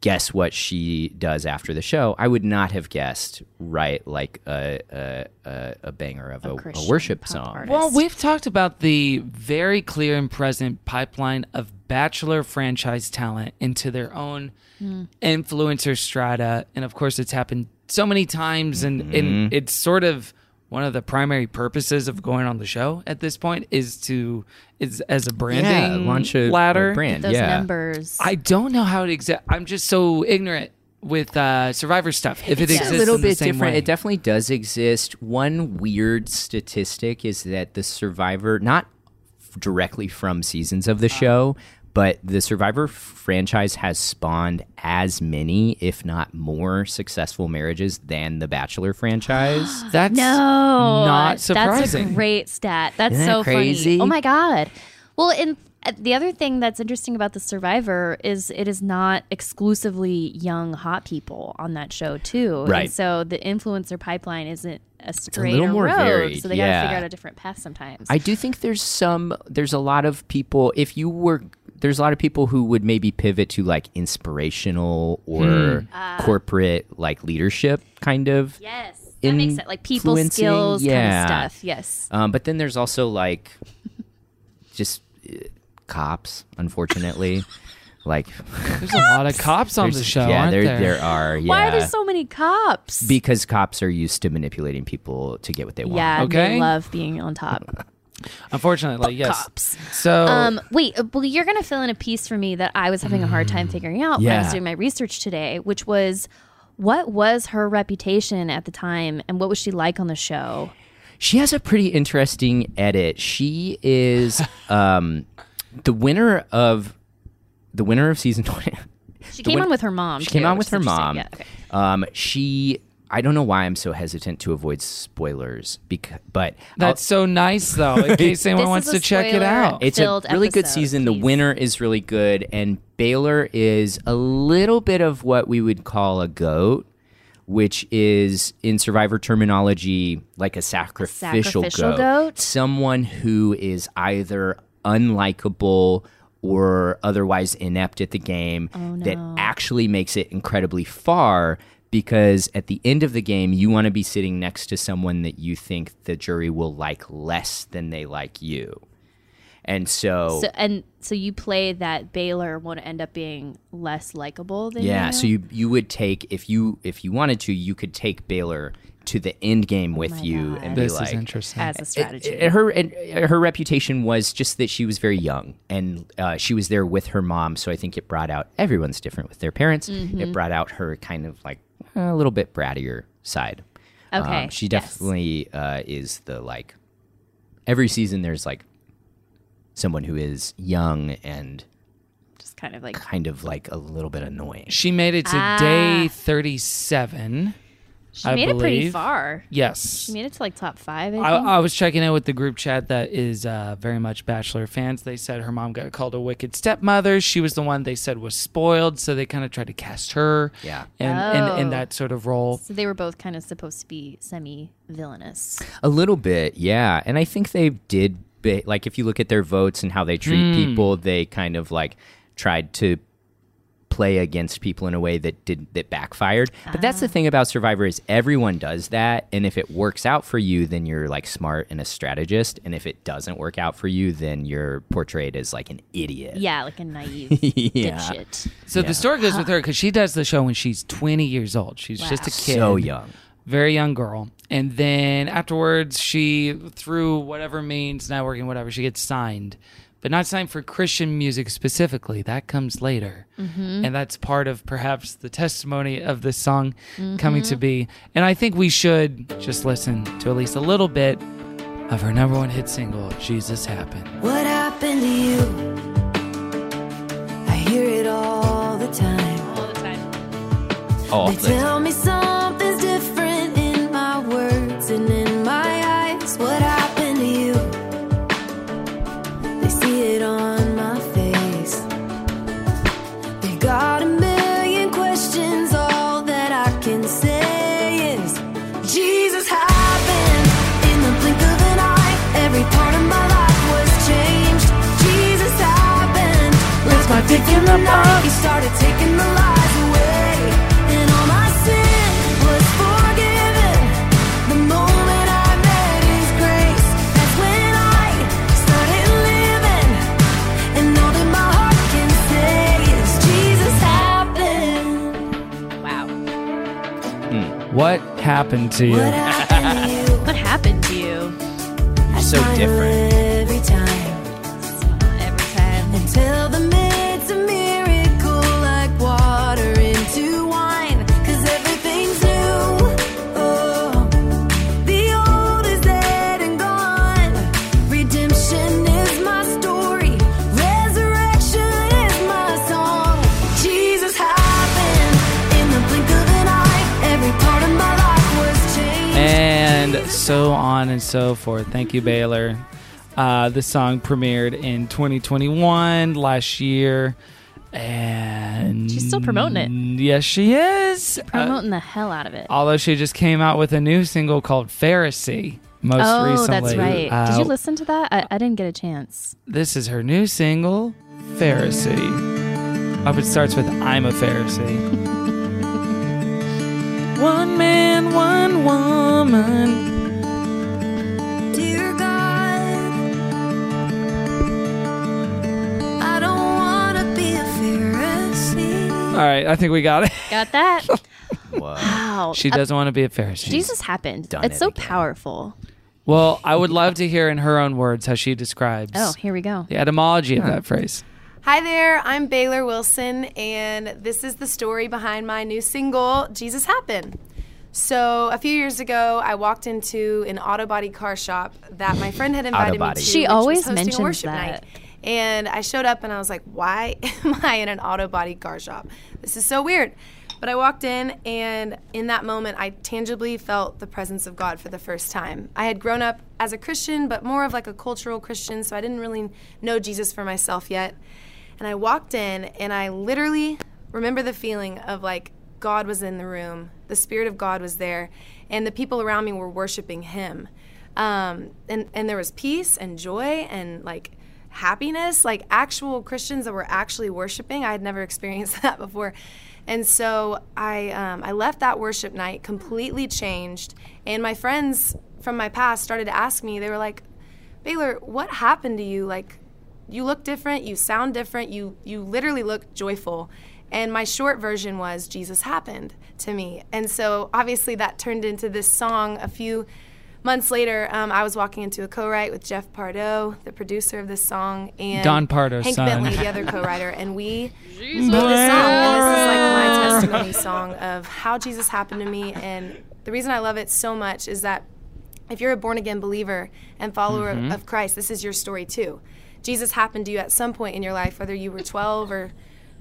Speaker 4: guess what she does after the show, I would not have guessed right like a a, a, a banger of a, a,
Speaker 7: Christian
Speaker 4: worship song.
Speaker 6: Well, we've talked about the very clear and present pipeline of bachelor franchise talent into their own
Speaker 4: Hmm.
Speaker 7: Mm.
Speaker 6: influencer strata, and of course, it's happened so many times, and
Speaker 4: Mm-hmm.
Speaker 6: and it's sort of one of the primary purposes of going on the show at this point is to is as a branding
Speaker 4: launch a- a
Speaker 6: ladder
Speaker 4: brand, Get those yeah. numbers.
Speaker 6: I don't know how it exact. I'm just so ignorant with uh, Survivor stuff. If it
Speaker 4: it's
Speaker 6: exists,
Speaker 4: a little
Speaker 6: in the
Speaker 4: bit
Speaker 6: same
Speaker 4: different.
Speaker 6: way.
Speaker 4: It definitely does exist. One weird statistic is that the survivor, not f- directly from seasons
Speaker 6: Uh.
Speaker 4: of the show, but the survivor franchise has spawned as many, if not more, successful marriages than the Bachelor franchise.
Speaker 6: That's
Speaker 7: No,
Speaker 4: not
Speaker 7: Oh, That's a
Speaker 4: surprising.
Speaker 7: great stat. That's
Speaker 4: Isn't that
Speaker 7: so
Speaker 4: crazy?
Speaker 7: funny. Oh my god. Well, and uh, the other thing that's interesting about the Survivor is it is not exclusively young hot people on that show too. And
Speaker 4: Right.
Speaker 7: so the influencer pipeline isn't a straight
Speaker 4: little more
Speaker 7: road.
Speaker 4: varied,
Speaker 7: So they
Speaker 4: yeah.
Speaker 7: gotta figure out a different path sometimes.
Speaker 4: I do think there's some there's a lot of people if you were there's a lot of people who would maybe pivot to like inspirational or
Speaker 7: Hmm. Ah.
Speaker 4: corporate like leadership kind of
Speaker 7: Yes, that makes sense. Like people
Speaker 4: influencing.
Speaker 7: skills kind of
Speaker 4: yeah.
Speaker 7: stuff, yes.
Speaker 4: um, but then there's also like just uh, cops unfortunately like
Speaker 6: There's a lot of cops on
Speaker 4: there's-
Speaker 6: the show.
Speaker 4: yeah
Speaker 6: aren't
Speaker 4: there,
Speaker 6: there?
Speaker 4: are yeah
Speaker 7: Why are there so many cops?
Speaker 4: because cops are used to manipulating people to get what they want
Speaker 7: yeah,
Speaker 6: Okay.
Speaker 7: they love being on top.
Speaker 6: Unfortunately, yes.
Speaker 4: Oh.
Speaker 6: So
Speaker 7: um, wait, uh, well, you're going to fill in a piece for me that I was having a hard
Speaker 4: Mm.
Speaker 7: time figuring out when I was
Speaker 6: Yeah.
Speaker 7: doing my research today, which was what was her reputation at the time and what was she like on the show?
Speaker 4: She has a pretty interesting edit. She is um, the winner of the winner of season twenty.
Speaker 7: She
Speaker 4: The
Speaker 7: came
Speaker 4: win-
Speaker 7: on with her mom.
Speaker 4: She
Speaker 7: too,
Speaker 4: came on with
Speaker 7: which is
Speaker 4: her
Speaker 7: interesting.
Speaker 4: mom.
Speaker 7: Yeah, okay.
Speaker 4: Um, she. I don't know why I'm so hesitant to avoid spoilers, because but
Speaker 6: That's so nice, though. In case anyone wants to check it out,
Speaker 4: It's a really good season. The winner is really good, and Baylor is a little bit of what we would call a goat, which is in Survivor terminology like a sacrificial,
Speaker 7: sacrificial goat?
Speaker 4: someone who is either unlikable or otherwise inept at the game that actually makes it incredibly far. Because at the end of the game, you want to be sitting next to someone that you think the jury will like less than they like you. And so,
Speaker 7: So, and so you play that Baylor want to end up being less likable than
Speaker 4: yeah,
Speaker 7: you?
Speaker 4: so you you would take if you if you wanted to, you could take Baylor to the end game with you and be
Speaker 6: This is
Speaker 4: like
Speaker 6: interesting.
Speaker 7: As a strategy.
Speaker 4: And her and uh, her reputation was just that she was very young and uh, she was there with her mom, so I think it brought out everyone's different with their parents. It
Speaker 7: Mhm.
Speaker 4: brought out her kind of like uh, a little bit brattier side. Um,
Speaker 7: Okay,
Speaker 4: she definitely uh, is the like every season there's like someone who is young and
Speaker 7: just kind of like
Speaker 4: kind of like a little bit annoying.
Speaker 6: she made it to
Speaker 7: Ah.
Speaker 6: day 37.
Speaker 7: She
Speaker 6: I
Speaker 7: made it pretty
Speaker 6: believe.
Speaker 7: far.
Speaker 6: Yes.
Speaker 7: She made it to like top five. I,
Speaker 6: I,
Speaker 4: uh,
Speaker 7: think.
Speaker 6: I was checking in with the group chat that is uh, very much Bachelor fans. They said her mom got called a wicked stepmother. She was the one they said was spoiled, so they kind of tried to cast her.
Speaker 4: Yeah.
Speaker 6: And, and,
Speaker 7: Oh.
Speaker 6: and that sort of role.
Speaker 7: So they were both kind of supposed to be semi villainous.
Speaker 4: A little bit, yeah. And I think they did, ba- like, if you look at their votes and how they treat
Speaker 7: Hmm.
Speaker 4: people, they kind of like tried to play against people in a way that did that backfired. But that's
Speaker 7: Ah.
Speaker 4: the thing about Survivor is everyone does that, and if it works out for you, then you're like smart and a strategist, and if it doesn't work out for you, then you're portrayed as like an idiot.
Speaker 7: Yeah, like a naive
Speaker 4: Yeah.
Speaker 7: dipshit.
Speaker 6: So the story goes with her because she does the show when she's 20 years old. She's
Speaker 7: Wow.
Speaker 6: just a kid.
Speaker 4: So young.
Speaker 6: Very young girl. And then afterwards, she, through whatever means, networking, whatever, she gets signed. but not signed for Christian music specifically. That comes later.
Speaker 7: Mhm.
Speaker 6: And that's part of perhaps the testimony of this song coming
Speaker 7: Mhm.
Speaker 6: to be. And I think we should just listen to at least a little bit of her number one hit single, Jesus Happened.
Speaker 3: What happened to you? I hear it all the time. All the time.
Speaker 9: Oh,
Speaker 3: They tell me something's different in my words and in my eyes. What happened to you? They see it on my face. They got a million questions. All that I can say is Jesus happened in the blink of an eye. Every part of my life was changed. Jesus happened. Left my dick in the mud. He started taking the lies away. And all my sin was forgiven. The moment I met his grace, that's when I started living. And all that my heart can say is Jesus happened. Wow.
Speaker 6: What happened to you?
Speaker 3: What happened to you? What happened to you?
Speaker 6: so different.
Speaker 3: Every time. Every time. Until the mid's a miracle, like water into wine. Cause everything's new. Oh, the old is dead and gone. Redemption is my story. Resurrection is my song. Jesus happened in the blink of an eye. Every part of my life was changed.
Speaker 6: and so on and so forth. Thank you, Baylor. Uh, the song premiered in 2021 last year, and
Speaker 7: She's still promoting it.
Speaker 6: Yes, she is. Uh,
Speaker 7: Promoting the hell out of it.
Speaker 6: although she just came out with a new single called "Pharisee" most
Speaker 7: oh,
Speaker 6: recently.
Speaker 7: that's right. Did
Speaker 6: Uh,
Speaker 7: you listen to that? I, I didn't get a chance.
Speaker 6: This is her new single, "Pharisee." Up it starts with "I'm a Pharisee." One man, one woman.
Speaker 3: Dear God, I don't want to be a Pharisee.
Speaker 6: All right, I think we got it.
Speaker 7: Got that?
Speaker 6: Wow.
Speaker 7: Wow.
Speaker 6: She doesn't want to be a Pharisee.
Speaker 7: Jesus happened.
Speaker 6: done
Speaker 7: It's
Speaker 6: it
Speaker 7: so powerful.
Speaker 6: Well, I would love to hear in her own words how she describes
Speaker 7: Oh, here we go.
Speaker 6: the etymology of that phrase.
Speaker 11: Hi there, I'm Baylor Wilson, and this is the story behind my new single, Jesus Happened. So, a few years ago, I walked into an auto body car shop that my friend had invited me
Speaker 7: Autobody.
Speaker 11: to.
Speaker 7: She
Speaker 11: which
Speaker 7: always
Speaker 11: was hosting a
Speaker 7: mentions
Speaker 11: worship
Speaker 7: that.
Speaker 11: Night. And I showed up and I was like, why am I in an auto body car shop? This is so weird. But I walked in, and in that moment, I tangibly felt the presence of God for the first time. I had grown up as a Christian, but more of like a cultural Christian, so I didn't really know Jesus for myself yet. And I walked in, and I literally remember the feeling of like God was in the room, the Spirit of God was there, and the people around me were worshiping Him. Um, and, and there was peace and joy and like happiness, like actual Christians that were actually worshiping. I had never experienced that before. And so I, um, I left that worship night completely changed. And my friends from my past started to ask me, they were like, Baylor, what happened to you? Like, you look different, you sound different, you, you literally look joyful. And my short version was Jesus happened to me. And so obviously that turned into this song a few months later. Um, I was walking into a co write with Jeff Pardo, the producer of this song, and
Speaker 6: Don Pardo's
Speaker 11: Hank
Speaker 6: son.
Speaker 11: Bentley, the other co writer. And we wrote this song. And this is like my
Speaker 6: Blair.
Speaker 11: testimony song of how Jesus happened to me. And the reason I love it so much is that if you're a born again believer and follower
Speaker 7: Mm-hmm.
Speaker 12: Mhm.
Speaker 11: of Christ, this is your story too. Jesus happened to you at some point in your life, whether you were 12 or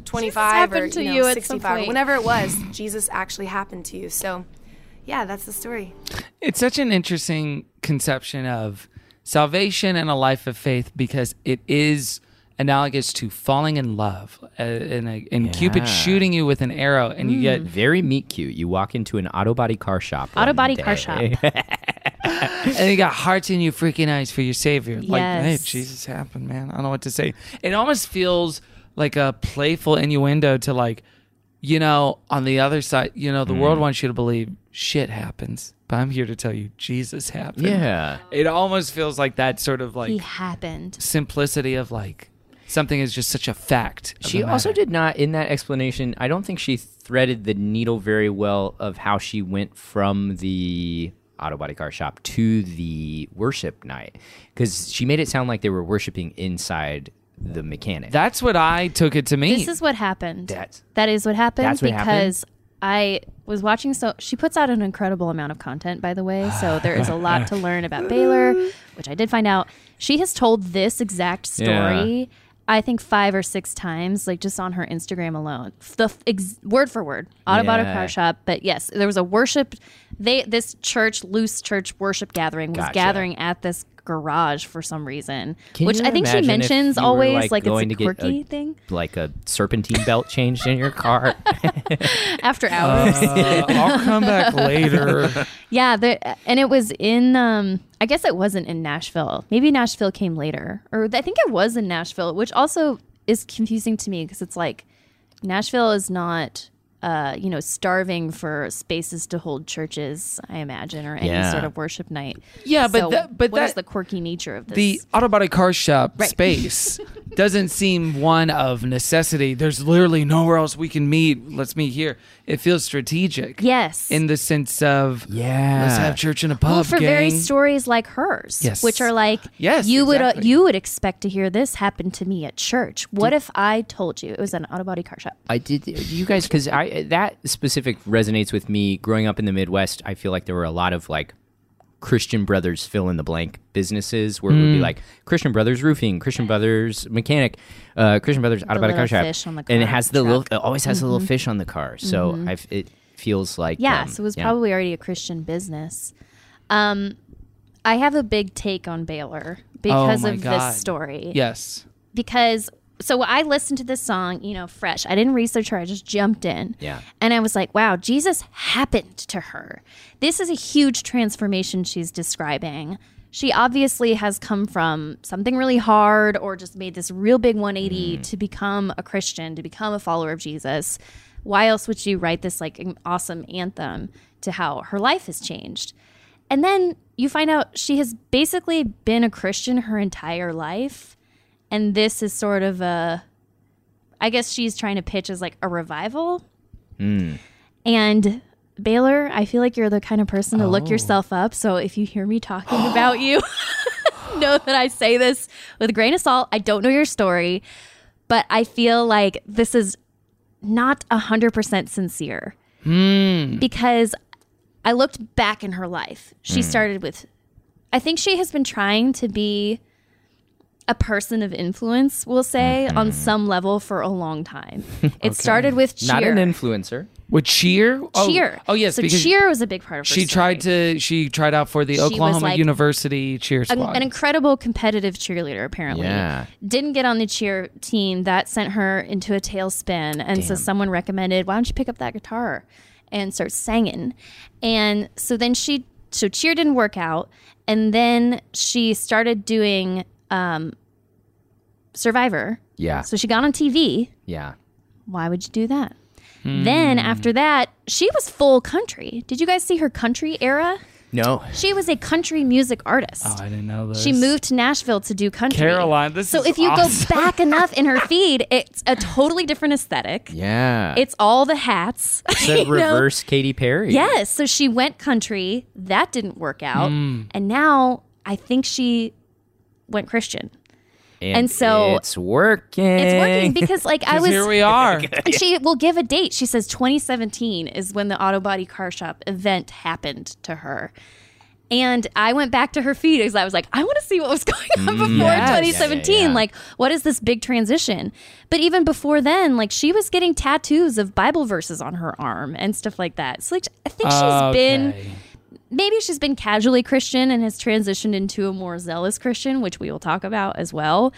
Speaker 11: 25 or
Speaker 7: happened to
Speaker 11: you know,
Speaker 7: you at some
Speaker 11: 65,
Speaker 7: point.
Speaker 11: whenever it was, Jesus actually happened to you. So, yeah, that's the story.
Speaker 6: It's such an interesting conception of salvation and a life of faith because it is analogous to falling in love uh, and, a- and Cupid shooting you with an arrow and you get
Speaker 4: very meet cute. You walk into an auto body car shop.
Speaker 6: Auto
Speaker 4: one
Speaker 6: body car
Speaker 4: day.
Speaker 6: shop. and you got hearts in your freaking eyes for your savior. Like, hey,
Speaker 4: Mm. Yes.
Speaker 6: Jesus happened, man. I don't know what to say. It almost feels like a playful innuendo to like, you know, on the other side, you know, the world
Speaker 4: Mm.
Speaker 6: wants you to believe shit happens, but I'm here to tell you Jesus happened.
Speaker 4: Yeah.
Speaker 6: It almost feels like that sort of like
Speaker 7: he happened.
Speaker 6: simplicity of like something is just such a fact. of
Speaker 4: She
Speaker 6: the
Speaker 4: also
Speaker 6: matter.
Speaker 4: did not, in that explanation, I don't think she threaded the needle very well of how she went from the Auto Body Car Shop to the worship night because she made it sound like they were worshiping inside the mechanic.
Speaker 6: That's what I took it to mean.
Speaker 7: This is what happened.
Speaker 4: That's-
Speaker 7: That is what happened
Speaker 4: That's what
Speaker 7: because I was watching so she puts out an incredible amount of content by the way, so there is a lot to learn about Baylor, which I did find out. She has told this exact story
Speaker 12: Yeah.
Speaker 7: I think 5 or 6 times like just on her Instagram alone. The f- ex- word for word. Autobot
Speaker 12: Yeah.
Speaker 7: car shop, but yes, there was a worship they this church loose church worship gathering was
Speaker 4: Gotcha.
Speaker 7: gathering at this garage for some reason,
Speaker 4: Can
Speaker 7: which
Speaker 4: you
Speaker 7: I think she
Speaker 4: imagine if
Speaker 7: mentions
Speaker 4: you were,
Speaker 7: always like,
Speaker 4: going
Speaker 7: it's a
Speaker 4: to get
Speaker 7: quirky thing.
Speaker 4: like a serpentine belt changed in your car.
Speaker 7: after hours.
Speaker 4: Uh, I'll come back later.
Speaker 7: yeah, there, and it was in. Um, I guess it wasn't in Nashville. Maybe Nashville came later, or I think it was in Nashville, which also is confusing to me because it's like Nashville is not. Uh, you know, starving for spaces to hold churches, I imagine, or any
Speaker 6: Yeah.
Speaker 7: sort of worship night.
Speaker 6: Yeah, but
Speaker 7: So
Speaker 6: that- but
Speaker 7: what is
Speaker 6: that-
Speaker 7: the quirky nature of this?
Speaker 6: the auto body car shop
Speaker 7: Right.
Speaker 6: space doesn't seem one of necessity. There's literally nowhere else we can meet. Let's meet here. It feels strategic.
Speaker 7: Yes.
Speaker 6: In the sense of
Speaker 4: yeah,
Speaker 6: let's have church in a pub.
Speaker 7: well, for
Speaker 6: gang.
Speaker 7: very stories like hers,
Speaker 6: Yes.
Speaker 7: which are like,
Speaker 6: Yes,
Speaker 7: you would uh,
Speaker 6: exactly.
Speaker 7: you would expect to hear this happen to me at church. What if I told you it was an auto body car shop?
Speaker 4: I did uh, you guys because I uh, that specific resonates with me. Growing up in the Midwest, I feel like there were a lot of like Christian Brothers fill in the blank businesses where it would be
Speaker 7: Hmm.
Speaker 9: Mm.
Speaker 4: like Christian Brothers Roofing, Christian Brothers Mechanic, uh, Christian Brothers Auto Body Car
Speaker 7: little
Speaker 4: Shop,
Speaker 7: fish on the
Speaker 4: and it
Speaker 7: car
Speaker 4: has the little
Speaker 7: truck.
Speaker 4: it always has a
Speaker 7: Mhm.
Speaker 4: little fish on the car. So
Speaker 7: Mhm.
Speaker 4: I've, it feels like
Speaker 7: yeah,
Speaker 4: um,
Speaker 7: so it was
Speaker 4: yeah.
Speaker 7: probably already a Christian business. Um, I have a big take on
Speaker 4: Oh
Speaker 7: Baylor because
Speaker 6: my
Speaker 7: of
Speaker 6: God.
Speaker 7: this story.
Speaker 6: Yes.
Speaker 7: because so I listened to this song, you know, fresh. I didn't research her; I just jumped in.
Speaker 6: Yeah.
Speaker 7: And I was like, wow, Jesus happened to her. This is a huge transformation she's describing. She obviously has come from something really hard or just made this real big 180 to become a Christian, to become a follower of Jesus. Why else would you write this like an awesome anthem to how her life has changed? And then you find out she has basically been a Christian her entire life. And this is sort of a, I guess she's trying to pitch as like a revival.
Speaker 4: Mm.
Speaker 7: And Baylor, I feel like you're the kind of person to look
Speaker 12: Oh.
Speaker 7: yourself up. So if you hear me talking about you, know that I say this with a grain of salt. I don't know your story, but I feel like this is not 100% sincere
Speaker 6: Hmm.
Speaker 7: because I looked back in her life. She
Speaker 4: Hmm.
Speaker 6: Mm.
Speaker 7: started with, I think she has been trying to be a person of influence, we'll say, on some level for a long time.
Speaker 4: Mm-hmm. Okay.
Speaker 7: It started with cheer.
Speaker 4: not an influencer.
Speaker 6: Would cheer? Oh,
Speaker 7: cheer.
Speaker 6: Oh, yes.
Speaker 7: So
Speaker 6: because
Speaker 7: cheer was a big part of her
Speaker 6: She tried to. She tried out for the
Speaker 7: She was
Speaker 6: Oklahoma
Speaker 7: like
Speaker 6: University cheer
Speaker 7: an,
Speaker 6: squad.
Speaker 7: an incredible competitive cheerleader, apparently.
Speaker 6: Yeah.
Speaker 7: Didn't get on the cheer team. That sent her into a tailspin. And so
Speaker 12: Damn.
Speaker 7: someone recommended, why don't you pick up that guitar and start singing? And so then she, so cheer didn't work out. And then she started doing um, Survivor.
Speaker 4: Yeah.
Speaker 7: So she got on TV.
Speaker 4: Yeah.
Speaker 7: Why would you do that? Then
Speaker 6: Hmm.
Speaker 7: after that, she was full country. Did you guys see her country era?
Speaker 4: No.
Speaker 7: She was a country music artist.
Speaker 6: Oh, I didn't know this.
Speaker 7: She moved to Nashville to do country.
Speaker 6: Caroline, this
Speaker 7: so
Speaker 6: is
Speaker 7: if you
Speaker 6: awesome.
Speaker 7: go back enough in her feed, it's a totally different aesthetic.
Speaker 4: Yeah.
Speaker 7: It's all the hats.
Speaker 4: It's a
Speaker 7: you know?
Speaker 4: reverse Katy Perry.
Speaker 7: Yes. So she went country. That didn't work out.
Speaker 6: Hmm.
Speaker 4: Mm.
Speaker 7: And now I think she went Christian.
Speaker 4: and,
Speaker 7: and so-
Speaker 4: it's working.
Speaker 7: It's working because like I was
Speaker 6: are.
Speaker 7: and she will give a date. She says 2017 is when the auto body car shop event happened to her. And I went back to her feed because I was like, I want to see what was going on
Speaker 12: Mm.
Speaker 7: before
Speaker 12: Yes.
Speaker 7: 2017.
Speaker 12: Yeah, yeah, yeah.
Speaker 7: Like, what is this big transition? But even before then, like she was getting tattoos of Bible verses on her arm and stuff like that. So like I think she's been maybe she's been casually Christian and has transitioned into a more zealous Christian, which we will talk about as well.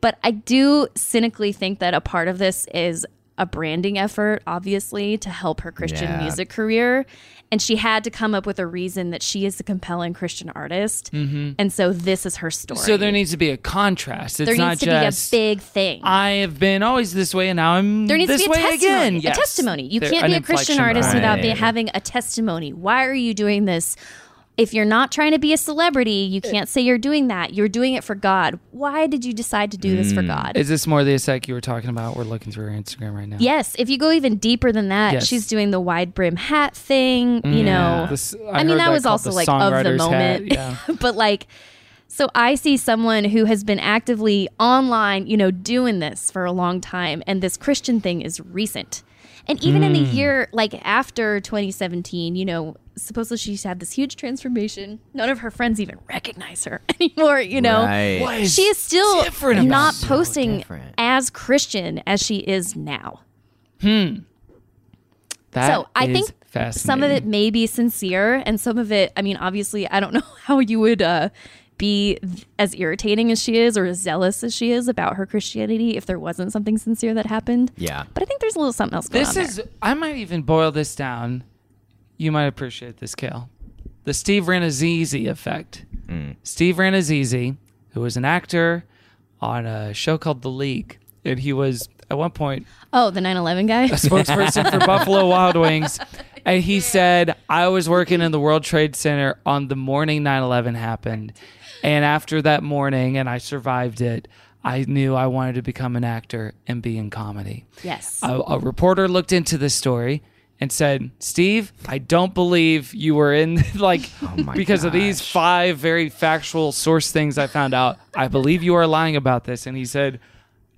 Speaker 7: But I do cynically think that a part of this is a branding effort, obviously, to help her Christian
Speaker 12: Yeah.
Speaker 7: music career. And she had to come up with a reason that she is a compelling Christian artist.
Speaker 6: Mhm.
Speaker 7: And so this is her story.
Speaker 6: So there needs to be a contrast. It's
Speaker 7: there
Speaker 6: not
Speaker 7: needs to
Speaker 6: just.
Speaker 7: be a big thing.
Speaker 6: I have been always this way, and now I'm
Speaker 7: There needs
Speaker 6: this
Speaker 7: to be a
Speaker 6: way
Speaker 7: testimony.
Speaker 6: again. Yes.
Speaker 7: A testimony. You
Speaker 6: There-
Speaker 7: can't
Speaker 6: an
Speaker 7: be a Christian
Speaker 6: inflection
Speaker 7: artist
Speaker 6: point.
Speaker 7: without be, having a testimony. Why are you doing this? If you're not trying to be a celebrity, you
Speaker 6: Eh.
Speaker 7: can't say you're doing that. You're doing it for God. Why did you decide to do this for
Speaker 6: Mm.
Speaker 7: God?
Speaker 6: Is this more the aesthetic you were talking about? We're looking through her Instagram right now.
Speaker 7: Yes, if you go even deeper than that,
Speaker 6: Yes.
Speaker 7: she's doing the wide brim hat thing, you
Speaker 6: Mm.
Speaker 7: know.
Speaker 6: This- I
Speaker 7: I, mean,
Speaker 6: heard
Speaker 7: that
Speaker 6: that
Speaker 7: was
Speaker 6: called
Speaker 7: also
Speaker 6: the
Speaker 7: like of the
Speaker 6: songwriter's hat,
Speaker 7: moment. but like so I see someone who has been actively online, you know, doing this for a long time and this Christian thing is recent. And even in a
Speaker 6: Hmm.
Speaker 12: Mm.
Speaker 7: year like after 2017, you know, supposedly she's had this huge transformation. None of her friends even recognize her anymore, you know.
Speaker 12: Right. What is
Speaker 7: She is still
Speaker 12: different about
Speaker 7: not
Speaker 12: her? So
Speaker 7: posting
Speaker 12: different.
Speaker 7: as Christian as she is now.
Speaker 6: Hmm. That
Speaker 7: so I
Speaker 6: is
Speaker 7: think some of
Speaker 6: fascinating.
Speaker 7: it may be sincere, and some of it, I mean, obviously, I don't know how you would uh, be th- as irritating as she is or as zealous as she is about her Christianity if there wasn't something sincere that happened.
Speaker 4: Yeah.
Speaker 7: But I think there's a little something else going
Speaker 6: This
Speaker 7: on
Speaker 6: is. I might even boil this down. You might appreciate this, Kale. The Steve Ranazizi effect. Steve Ranazizi, who was an actor on a show called The League, and he was at one point
Speaker 7: there. Oh, the 9 11 guy?
Speaker 6: a spokesperson for Buffalo Wild Wings. And he said, I was working in the World Trade Center on the morning 9 11 happened. And after that morning, and I survived it, I knew I wanted to become an actor and be in comedy.
Speaker 7: Yes.
Speaker 6: A, a reporter looked into this story and said, Steve, I don't believe you were in, like, because of these five very factual source things I found out. I believe you are lying about this. And he said,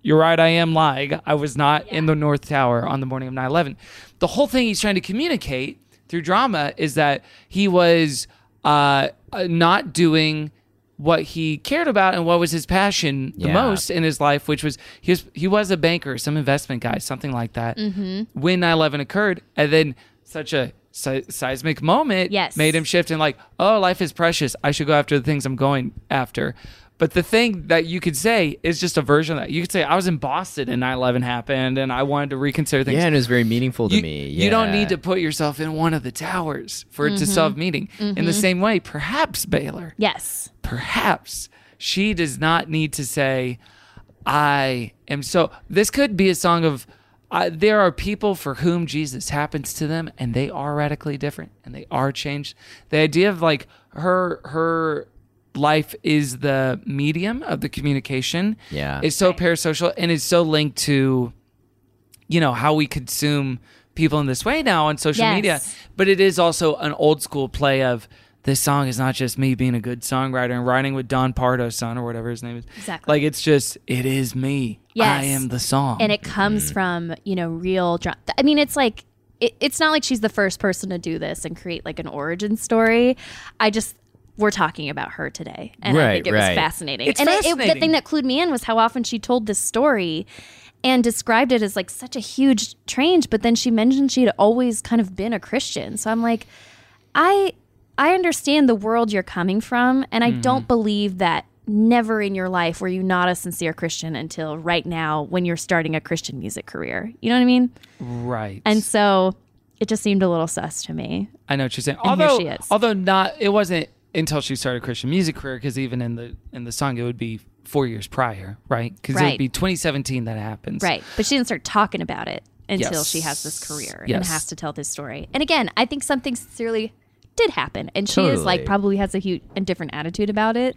Speaker 6: You're right, I am lying. I was not in the North Tower on the morning of 9 11. The whole thing he's trying to communicate through drama is that he was uh, uh, not doing what he cared about and what was his passion the
Speaker 4: Yeah.
Speaker 6: most in his life, which was he was, he was a banker, some investment guy, something like that
Speaker 7: Mhm.
Speaker 6: when 9-11 occurred and then such a se- seismic moment
Speaker 7: Yes.
Speaker 6: made him shift and like oh life is precious i should go after the things i'm going after but the thing that you could say is just a version of that you could say i was in boston and 9-11 happened and i wanted to reconsider things
Speaker 4: Yeah, and it was very meaningful to
Speaker 6: you,
Speaker 4: me.
Speaker 6: you don't
Speaker 4: yeah.
Speaker 6: need to put yourself in one of the towers for it to
Speaker 4: Mhm.
Speaker 6: solve meaning in the
Speaker 4: Mhm.
Speaker 6: same way perhaps baylor
Speaker 7: Yes.
Speaker 6: perhaps she does not need to say i am so this could be a song of uh, there are people for whom jesus happens to them and they are radically different and they are changed the idea of like her her life is the medium of the communication
Speaker 4: Yeah.
Speaker 6: it's so parasocial and it's so linked to you know how we consume people in this way now on social
Speaker 4: Yes.
Speaker 6: media but it is also an old school play of this song is not just me being a good songwriter and writing with Don Pardo's son or whatever his name is.
Speaker 7: Exactly.
Speaker 6: Like it's just it is me.
Speaker 7: Yes.
Speaker 6: I am the song.
Speaker 7: And it
Speaker 12: Mm-hmm.
Speaker 7: comes from, you know, real drama. I mean, it's like, it, it's not like she's the first person to do this and create like an origin story. I just, we're talking about her today. And I
Speaker 12: Right,
Speaker 7: think it was
Speaker 12: right.
Speaker 7: fascinating.
Speaker 12: It's
Speaker 7: and it- It, the
Speaker 12: fascinating.
Speaker 7: thing that clued me in was how often she told this story and described it as like such a huge change. But then she mentioned she had always kind of been a Christian. So I'm like, I I understand the world you're coming from, and I
Speaker 12: Mhm.
Speaker 7: don't believe that never in your life were you not a sincere Christian until right now when you're starting a Christian music career. You know what I mean?
Speaker 6: right.
Speaker 7: And so it just seemed a little sus to me.
Speaker 6: I know what you're saying.
Speaker 7: And here
Speaker 6: although
Speaker 7: she is.
Speaker 6: although not it wasn't until she started Christian music career because even in the in the song it would be four years prior, right? Because it
Speaker 7: Right.
Speaker 6: would be 2017 that it happens.
Speaker 7: Right. But she didn't start talking about it until she has this
Speaker 6: Yes.
Speaker 7: career and
Speaker 6: Yes.
Speaker 7: has to tell this story. And again, I think something sincerely did happen. And she is like
Speaker 12: Totally.
Speaker 7: probably has a huge and different attitude about it.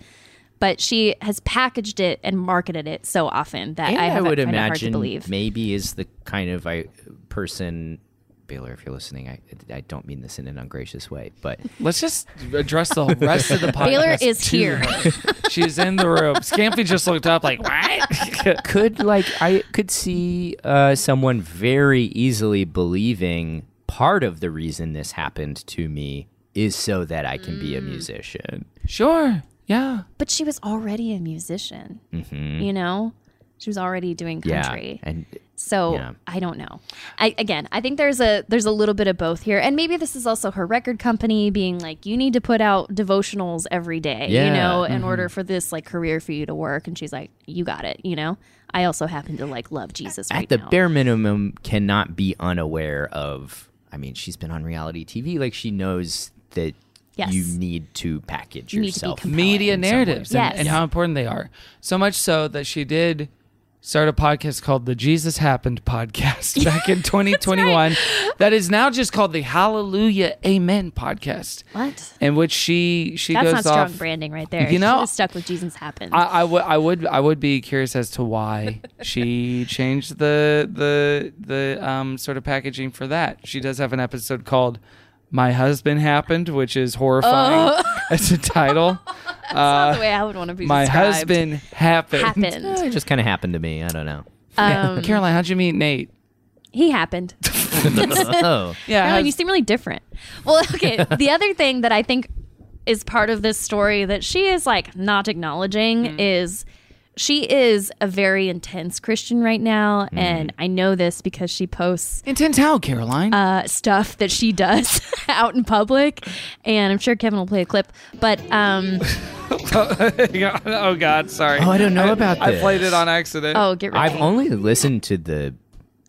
Speaker 7: But she has packaged it and marketed it so often that
Speaker 12: And
Speaker 7: I,
Speaker 12: I
Speaker 7: have
Speaker 4: would
Speaker 7: it kind of hard to
Speaker 4: imagine
Speaker 7: believe.
Speaker 4: maybe is the kind of I, person Baylor, if you're listening, I I don't mean this in an ungracious way, but
Speaker 6: let's just address the rest of the podcast.
Speaker 7: Baylor is
Speaker 6: to
Speaker 7: here.
Speaker 6: her. She's in the room. Scampy just looked up like what?
Speaker 4: could like I could see uh, someone very easily believing part of the reason this happened to me is so that I can
Speaker 7: Mm.
Speaker 4: be a musician.
Speaker 6: Sure. Yeah.
Speaker 7: But she was already a musician.
Speaker 6: Mm-hmm.
Speaker 4: Mhm.
Speaker 7: You know? She was already doing
Speaker 4: Yeah,
Speaker 7: country.
Speaker 4: and-
Speaker 7: so
Speaker 4: yeah.
Speaker 7: I don't know. I again I think there's a there's a little bit of both here. And maybe this is also her record company being like, you need to put out devotionals every day, you
Speaker 12: Yeah,
Speaker 7: know, in
Speaker 6: Mm-hmm.
Speaker 12: mhm.
Speaker 7: order for this like career for you to work. And she's like, You got it, you know? I also happen to like love Jesus right
Speaker 4: At the
Speaker 7: now.
Speaker 4: bare minimum, cannot be unaware of. I mean, she's been on reality TV. Like she knows that
Speaker 6: Yes.
Speaker 4: you need to package yourself.
Speaker 6: media narratives and,
Speaker 4: Yes.
Speaker 6: and how important they are. So much so that she did started a podcast called the Jesus Happened Podcast back in 2021 that is now just called the Hallelujah Amen Podcast.
Speaker 7: What?
Speaker 6: In which she she
Speaker 7: That's
Speaker 6: goes
Speaker 7: not strong
Speaker 6: off-
Speaker 7: branding right there.
Speaker 6: You know,
Speaker 7: Should've stuck with Jesus happened.
Speaker 6: I, I would I would I would be curious as to why she changed the the the um, sort of packaging for that. She does have an episode called "My Husband Happened," which is horrifying
Speaker 7: Oh.
Speaker 6: as a title. That's
Speaker 7: not the way I would wanna be
Speaker 6: uh, My
Speaker 7: described.
Speaker 6: husband happened.
Speaker 7: Happened. Eh,
Speaker 4: It just kind of happened to me. I don't know.
Speaker 7: Um,
Speaker 6: Caroline, how'd you meet Nate?
Speaker 7: He happened.
Speaker 4: Oh.
Speaker 6: Yeah,
Speaker 7: Caroline,
Speaker 6: how's-
Speaker 7: you seem really different. Well, okay. the other thing that I think is part of this story that she is like not acknowledging is she is a very intense Christian right now, and I know this because she posts
Speaker 6: intense how Caroline
Speaker 7: uh, stuff that she does out in public, and I'm sure Kevin will play a clip, but um,
Speaker 6: oh God, sorry.
Speaker 4: Oh, I don't know about
Speaker 6: I played
Speaker 4: this.
Speaker 6: it on accident.
Speaker 7: Oh, get ready.
Speaker 4: I've only listened to the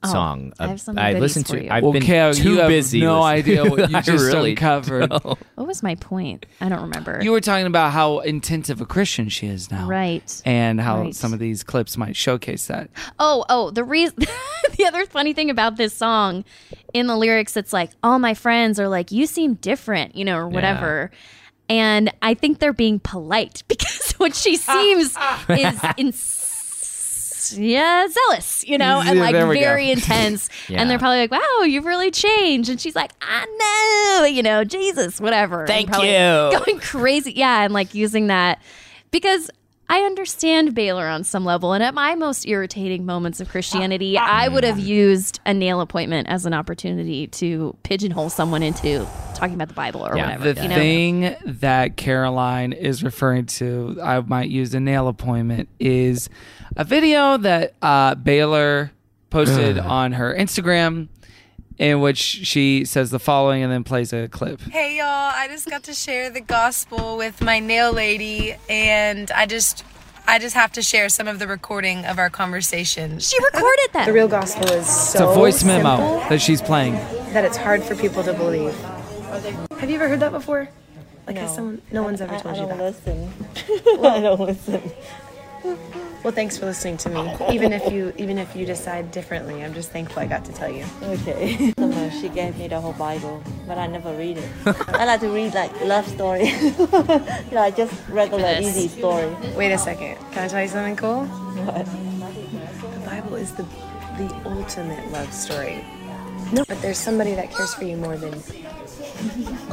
Speaker 7: Oh,
Speaker 4: song.
Speaker 7: I
Speaker 4: of-
Speaker 7: have some
Speaker 4: I
Speaker 7: goodies
Speaker 4: listened
Speaker 7: for
Speaker 4: to.
Speaker 7: you.
Speaker 4: I've
Speaker 6: Well,
Speaker 4: been
Speaker 6: Kev,
Speaker 4: too
Speaker 6: you have
Speaker 4: busy.
Speaker 6: no
Speaker 4: listening.
Speaker 6: idea what you
Speaker 4: I
Speaker 6: just
Speaker 4: really
Speaker 6: uncovered.
Speaker 4: don't.
Speaker 7: what was my point? I don't remember.
Speaker 6: You were talking about how intense of a Christian she is now.
Speaker 7: Right.
Speaker 6: And how
Speaker 7: Right.
Speaker 6: some of these clips might showcase that.
Speaker 7: Oh, oh, the reason the other funny thing about this song in the lyrics it's like all my friends are like you seem different, you know, or whatever. And I think they're being polite because what she seems is ins- yeah, zealous, you know, and
Speaker 12: Yeah,
Speaker 7: like
Speaker 12: there we go.
Speaker 7: very intense.
Speaker 12: Yeah.
Speaker 7: And they're probably like, "Wow, you've really changed." And she's like, "I know, you know, Jesus, whatever." and
Speaker 12: Thank
Speaker 7: probably
Speaker 12: you.
Speaker 7: Going crazy, yeah, and like using that because I understand Baylor on some level. And at my most irritating moments of Christianity, I would have used a nail appointment as an opportunity to pigeonhole someone into talking about the Bible or whatever.
Speaker 6: The
Speaker 7: you know?
Speaker 6: thing that Caroline is referring to, I might use a nail appointment, is a video that uh, Baylor posted on her Instagram in which she says the following and then plays a clip.
Speaker 12: Hey y'all, I just got to share the gospel with my nail lady and I just I just have to share some of the recording of our conversation.
Speaker 7: She recorded that.
Speaker 12: The real gospel is so
Speaker 6: It's
Speaker 11: oh,
Speaker 6: a voice memo
Speaker 12: simple
Speaker 6: that she's playing.
Speaker 12: that it's hard for people to believe.
Speaker 11: Have you ever heard that before? Like, has
Speaker 12: No.
Speaker 11: someone, no one's ever
Speaker 12: I- I
Speaker 11: told you
Speaker 12: don't
Speaker 11: that.
Speaker 12: Well, I don't listen.
Speaker 11: Well, thanks for listening to me. Even if you, even if you decide differently, I'm just thankful I got to tell you.
Speaker 13: Okay. she gave me the whole Bible, but I never read it. I like to read like love story, like just regular easy story.
Speaker 11: Wait a second. Can I tell you something cool? What? The Bible is the the ultimate love story. No, but there's somebody that cares for you more than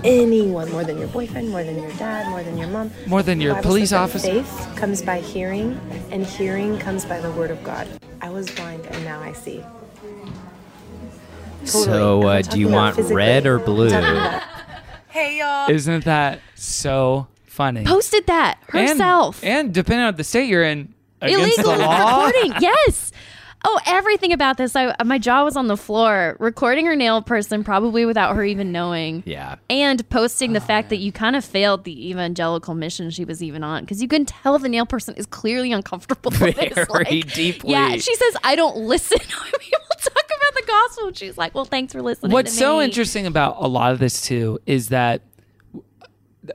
Speaker 11: anyone, more than your boyfriend, more than your dad, more than your mom,
Speaker 6: More than
Speaker 11: The
Speaker 6: your
Speaker 11: Bible
Speaker 6: police
Speaker 11: says that
Speaker 6: officer.
Speaker 11: Faith comes by hearing, and hearing comes by the word of God. I was blind, and now I see.
Speaker 4: So, uh, do you
Speaker 11: talking about
Speaker 4: want
Speaker 11: physically.
Speaker 4: red or blue?
Speaker 11: I'm talking about-
Speaker 12: Hey y'all.
Speaker 6: Isn't that so funny?
Speaker 7: Posted that
Speaker 6: And-
Speaker 7: herself.
Speaker 6: And, depending on the state you're in, against
Speaker 7: Illegal
Speaker 6: the law.
Speaker 7: recording. Yes. Oh, everything about this. I, my jaw was on the floor. Recording her nail person, probably without her even knowing.
Speaker 4: Yeah.
Speaker 7: And posting the
Speaker 6: Oh,
Speaker 7: fact that you kind of failed the evangelical mission she was even on because you can tell the nail person is clearly uncomfortable. with this,
Speaker 4: Very
Speaker 7: like-
Speaker 4: deeply.
Speaker 7: Yeah, she says, I don't listen when people talk about the gospel. And she's like, well, thanks for listening.
Speaker 6: What's
Speaker 7: to
Speaker 6: so
Speaker 7: me."
Speaker 6: interesting about a lot of this too is that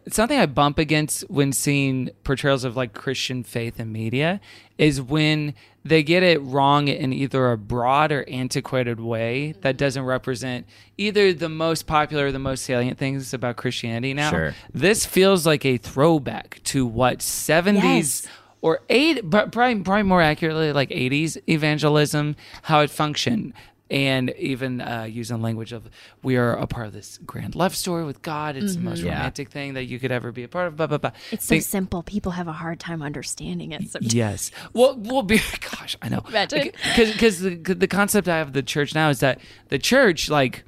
Speaker 6: something I bump against when seeing portrayals of like Christian faith in media is when they get it wrong in either a broad or antiquated way
Speaker 7: Mm-hmm.
Speaker 6: that doesn't represent either the most popular or the most salient things about Christianity now.
Speaker 4: Sure.
Speaker 6: This feels like a throwback to what 70s
Speaker 4: Yes.
Speaker 6: or eight, but probably, probably more accurately, like 80s evangelism, how it functioned. And even uh, using language of, we are a part of this grand love story with God. It's the most
Speaker 7: Mhm. Yeah.
Speaker 6: romantic thing that you could ever be a part of. Blah, blah, blah.
Speaker 7: It's so
Speaker 6: Think-
Speaker 7: simple. People have a hard time understanding it. Sometimes.
Speaker 6: Yes. Well, we'll be. Gosh, I know.
Speaker 7: Imagine.
Speaker 6: Because the, 'cause the concept I have of the church now is that the church, like,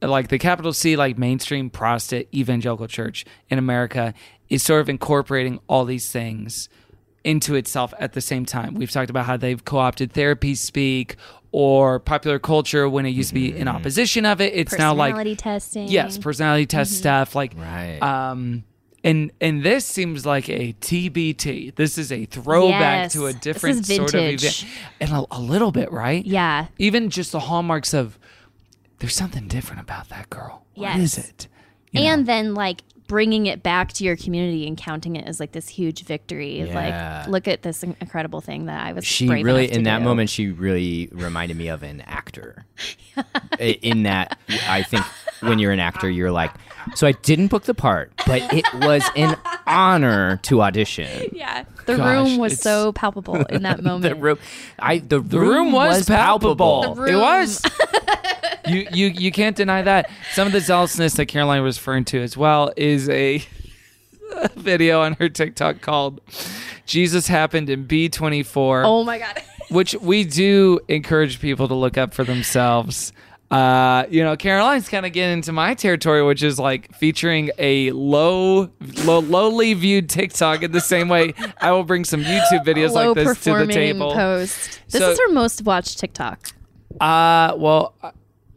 Speaker 6: like the capital C, like mainstream Protestant evangelical church in America, is sort of incorporating all these things into itself at the same time. We've talked about how they've co-opted therapy speak or popular culture when it used to be in opposition of it. It's now like
Speaker 7: Mm-hmm. Personality testing.
Speaker 6: Yes, personality
Speaker 7: Mm-hmm.
Speaker 6: test stuff. Like um and and this seems like a TBT. This is a throwback
Speaker 7: Yes.
Speaker 6: to a
Speaker 7: This is
Speaker 6: different sort of event.
Speaker 7: vintage.
Speaker 6: And a, a little bit, right?
Speaker 7: Yeah.
Speaker 6: Even just the hallmarks of there's something different about that girl. What is
Speaker 7: Yes.
Speaker 6: it?
Speaker 7: and then like bringing it back to your community and counting it as like this huge victory.
Speaker 4: Yeah.
Speaker 7: Like, look at this in- incredible thing that I was.
Speaker 4: she
Speaker 7: brave
Speaker 4: really
Speaker 7: enough to
Speaker 4: in that
Speaker 7: do.
Speaker 4: moment she really reminded me of an actor I- in that i think when you're an actor you're like so i didn't book the part but it was an honor to audition
Speaker 7: Yeah, the
Speaker 4: Gosh,
Speaker 7: room was
Speaker 4: it's-
Speaker 7: so palpable in that moment.
Speaker 4: the room i the,
Speaker 6: The room was, palpable.
Speaker 7: The
Speaker 6: It
Speaker 7: room.
Speaker 6: was. you you you can't deny that. Some of the zealousness that Caroline was referring to as well is a video on her TikTok called "Jesus Happened in B24."
Speaker 7: Oh my god.
Speaker 6: Which we do encourage people to look up for themselves. Uh, you know, Caroline's kind of getting into my territory, which is like featuring a low, low, lowly viewed TikTok. In the same way, I will bring some YouTube videos
Speaker 7: Low
Speaker 6: like this to the
Speaker 7: performing
Speaker 6: table.
Speaker 7: post. This
Speaker 6: So-
Speaker 7: is her most watched TikTok.
Speaker 6: Uh, well, I,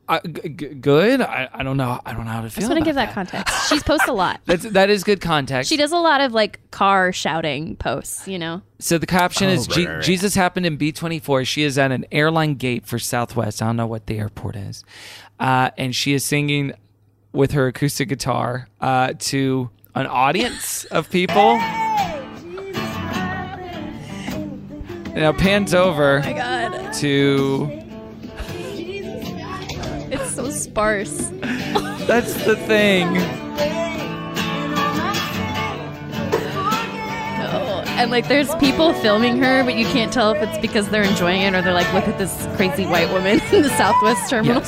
Speaker 6: I- g- g- good. I, I don't know. I don't know how to
Speaker 7: I
Speaker 6: feel.
Speaker 7: just want to
Speaker 6: about
Speaker 7: give that context. She's posts a lot.
Speaker 6: That's that is good context.
Speaker 7: She does a lot of like car shouting posts, you know.
Speaker 6: So the caption
Speaker 4: Oh,
Speaker 6: is
Speaker 4: right,
Speaker 6: "Je-
Speaker 4: right, right.
Speaker 6: Jesus happened in B24. She is at an airline gate for Southwest. I don't know what the airport is. Uh, and she is singing with her acoustic guitar uh, to an audience of people. Now pans over
Speaker 7: Oh, my God.
Speaker 6: to
Speaker 7: It's so sparse.
Speaker 6: that's the thing.
Speaker 7: No. And like there's people filming her, but you can't tell if it's because they're enjoying it or they're like, look at this crazy white woman in the Southwest terminal.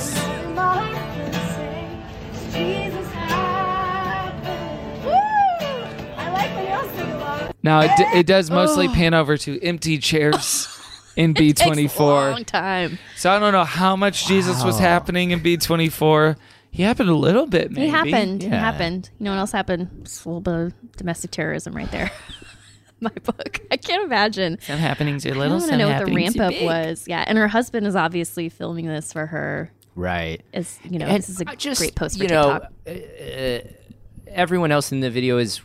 Speaker 6: Now it, d- it does mostly
Speaker 7: Oh.
Speaker 6: pan over to empty chairs in B24.
Speaker 7: Long time.
Speaker 6: So I don't know how much Jesus was
Speaker 7: Wow.
Speaker 6: happening in B24. He happened a little bit, maybe.
Speaker 7: It happened. It
Speaker 6: Yeah.
Speaker 7: happened. You know what else happened? It's a little bit of domestic terrorism right there. My book. I can't imagine.
Speaker 6: Some happenings are
Speaker 7: I
Speaker 6: little,
Speaker 7: don't
Speaker 6: some
Speaker 7: know what the
Speaker 6: happenings
Speaker 7: ramp
Speaker 6: are
Speaker 7: up
Speaker 6: big.
Speaker 7: was. Yeah, and her husband is obviously filming this for her.
Speaker 4: right
Speaker 7: Is you know
Speaker 4: And
Speaker 7: this is a
Speaker 4: I just,
Speaker 7: great post for
Speaker 4: you know,
Speaker 7: TikTok.
Speaker 4: uh, everyone else in the video is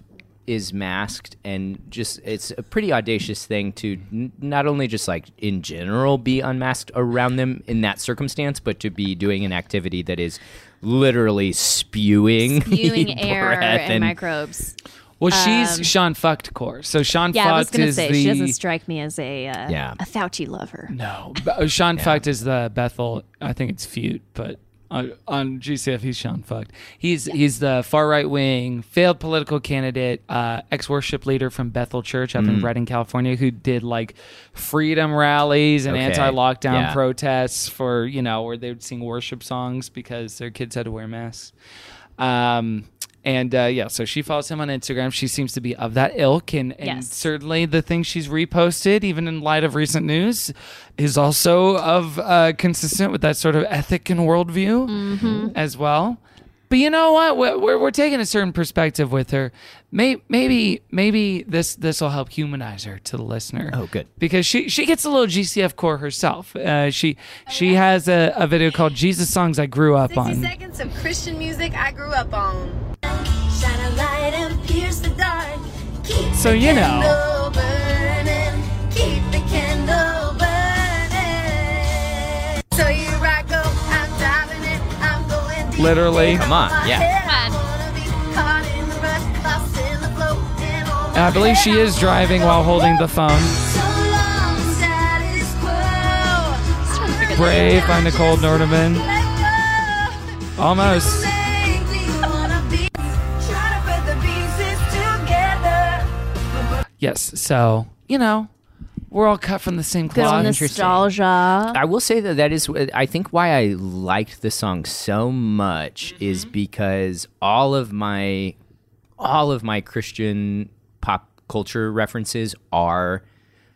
Speaker 4: is masked and just it's a pretty audacious thing to n- not only just like in general be unmasked around them in that circumstance but to be doing an activity that is literally spewing
Speaker 7: Spewing air
Speaker 4: breath
Speaker 7: and, microbes.
Speaker 6: Well, she's
Speaker 7: Um,
Speaker 6: Sean Fucked, of course. So Sean
Speaker 7: Yeah,
Speaker 6: Fucked
Speaker 7: I was gonna
Speaker 6: is
Speaker 7: say
Speaker 6: the
Speaker 7: she doesn't strike me as a uh,
Speaker 6: Yeah.
Speaker 7: a Fauci lover.
Speaker 6: No, uh, Sean Fucked is the Bethel. I think it's Feud, but on, on GCF he's Sean Fucked. He's he's the far right wing failed political candidate, uh, ex worship leader from Bethel Church up in
Speaker 4: Mm.
Speaker 6: Redding, California, who did like freedom rallies and
Speaker 4: Okay.
Speaker 6: anti lockdown
Speaker 4: Yeah.
Speaker 6: protests for you know where they would sing worship songs because their kids had to wear masks. Um, and uh, yeah, so she follows him on Instagram. She seems to be of that ilk, and, and
Speaker 4: Yes.
Speaker 6: certainly the things she's reposted, even in light of recent news, is also of uh, consistent with that sort of ethic and worldview as well. But you know what? We're, we're, we're taking a certain perspective with her. May, maybe maybe this this will help humanize her to the listener. Oh,
Speaker 4: good.
Speaker 6: Because she she gets a little GCF core herself. Uh, she she has a, a video called "Jesus Songs I Grew Up On."
Speaker 12: seconds of Christian music I grew up on.
Speaker 3: Shine a light and pierce the dark. Keep
Speaker 6: So,
Speaker 3: the
Speaker 6: you know.
Speaker 3: candle burning. Keep the candle burning. So here I go. I'm diving in. I'm going deep.
Speaker 6: Literally.
Speaker 3: In
Speaker 6: Come
Speaker 3: all
Speaker 6: on,
Speaker 3: my
Speaker 6: yeah.
Speaker 3: head, I wanna be caught in the rush, lost in the flow, in all
Speaker 6: And I believe she is driving while holding the phone. Brave by Nicole Nordeman. Almost. Yes. So you know, we're all cut from the same
Speaker 7: Good
Speaker 6: cloth.
Speaker 7: nostalgia.
Speaker 4: I will say that that is, I think, why I liked the song so much is because all of my, all of my Christian pop culture references are,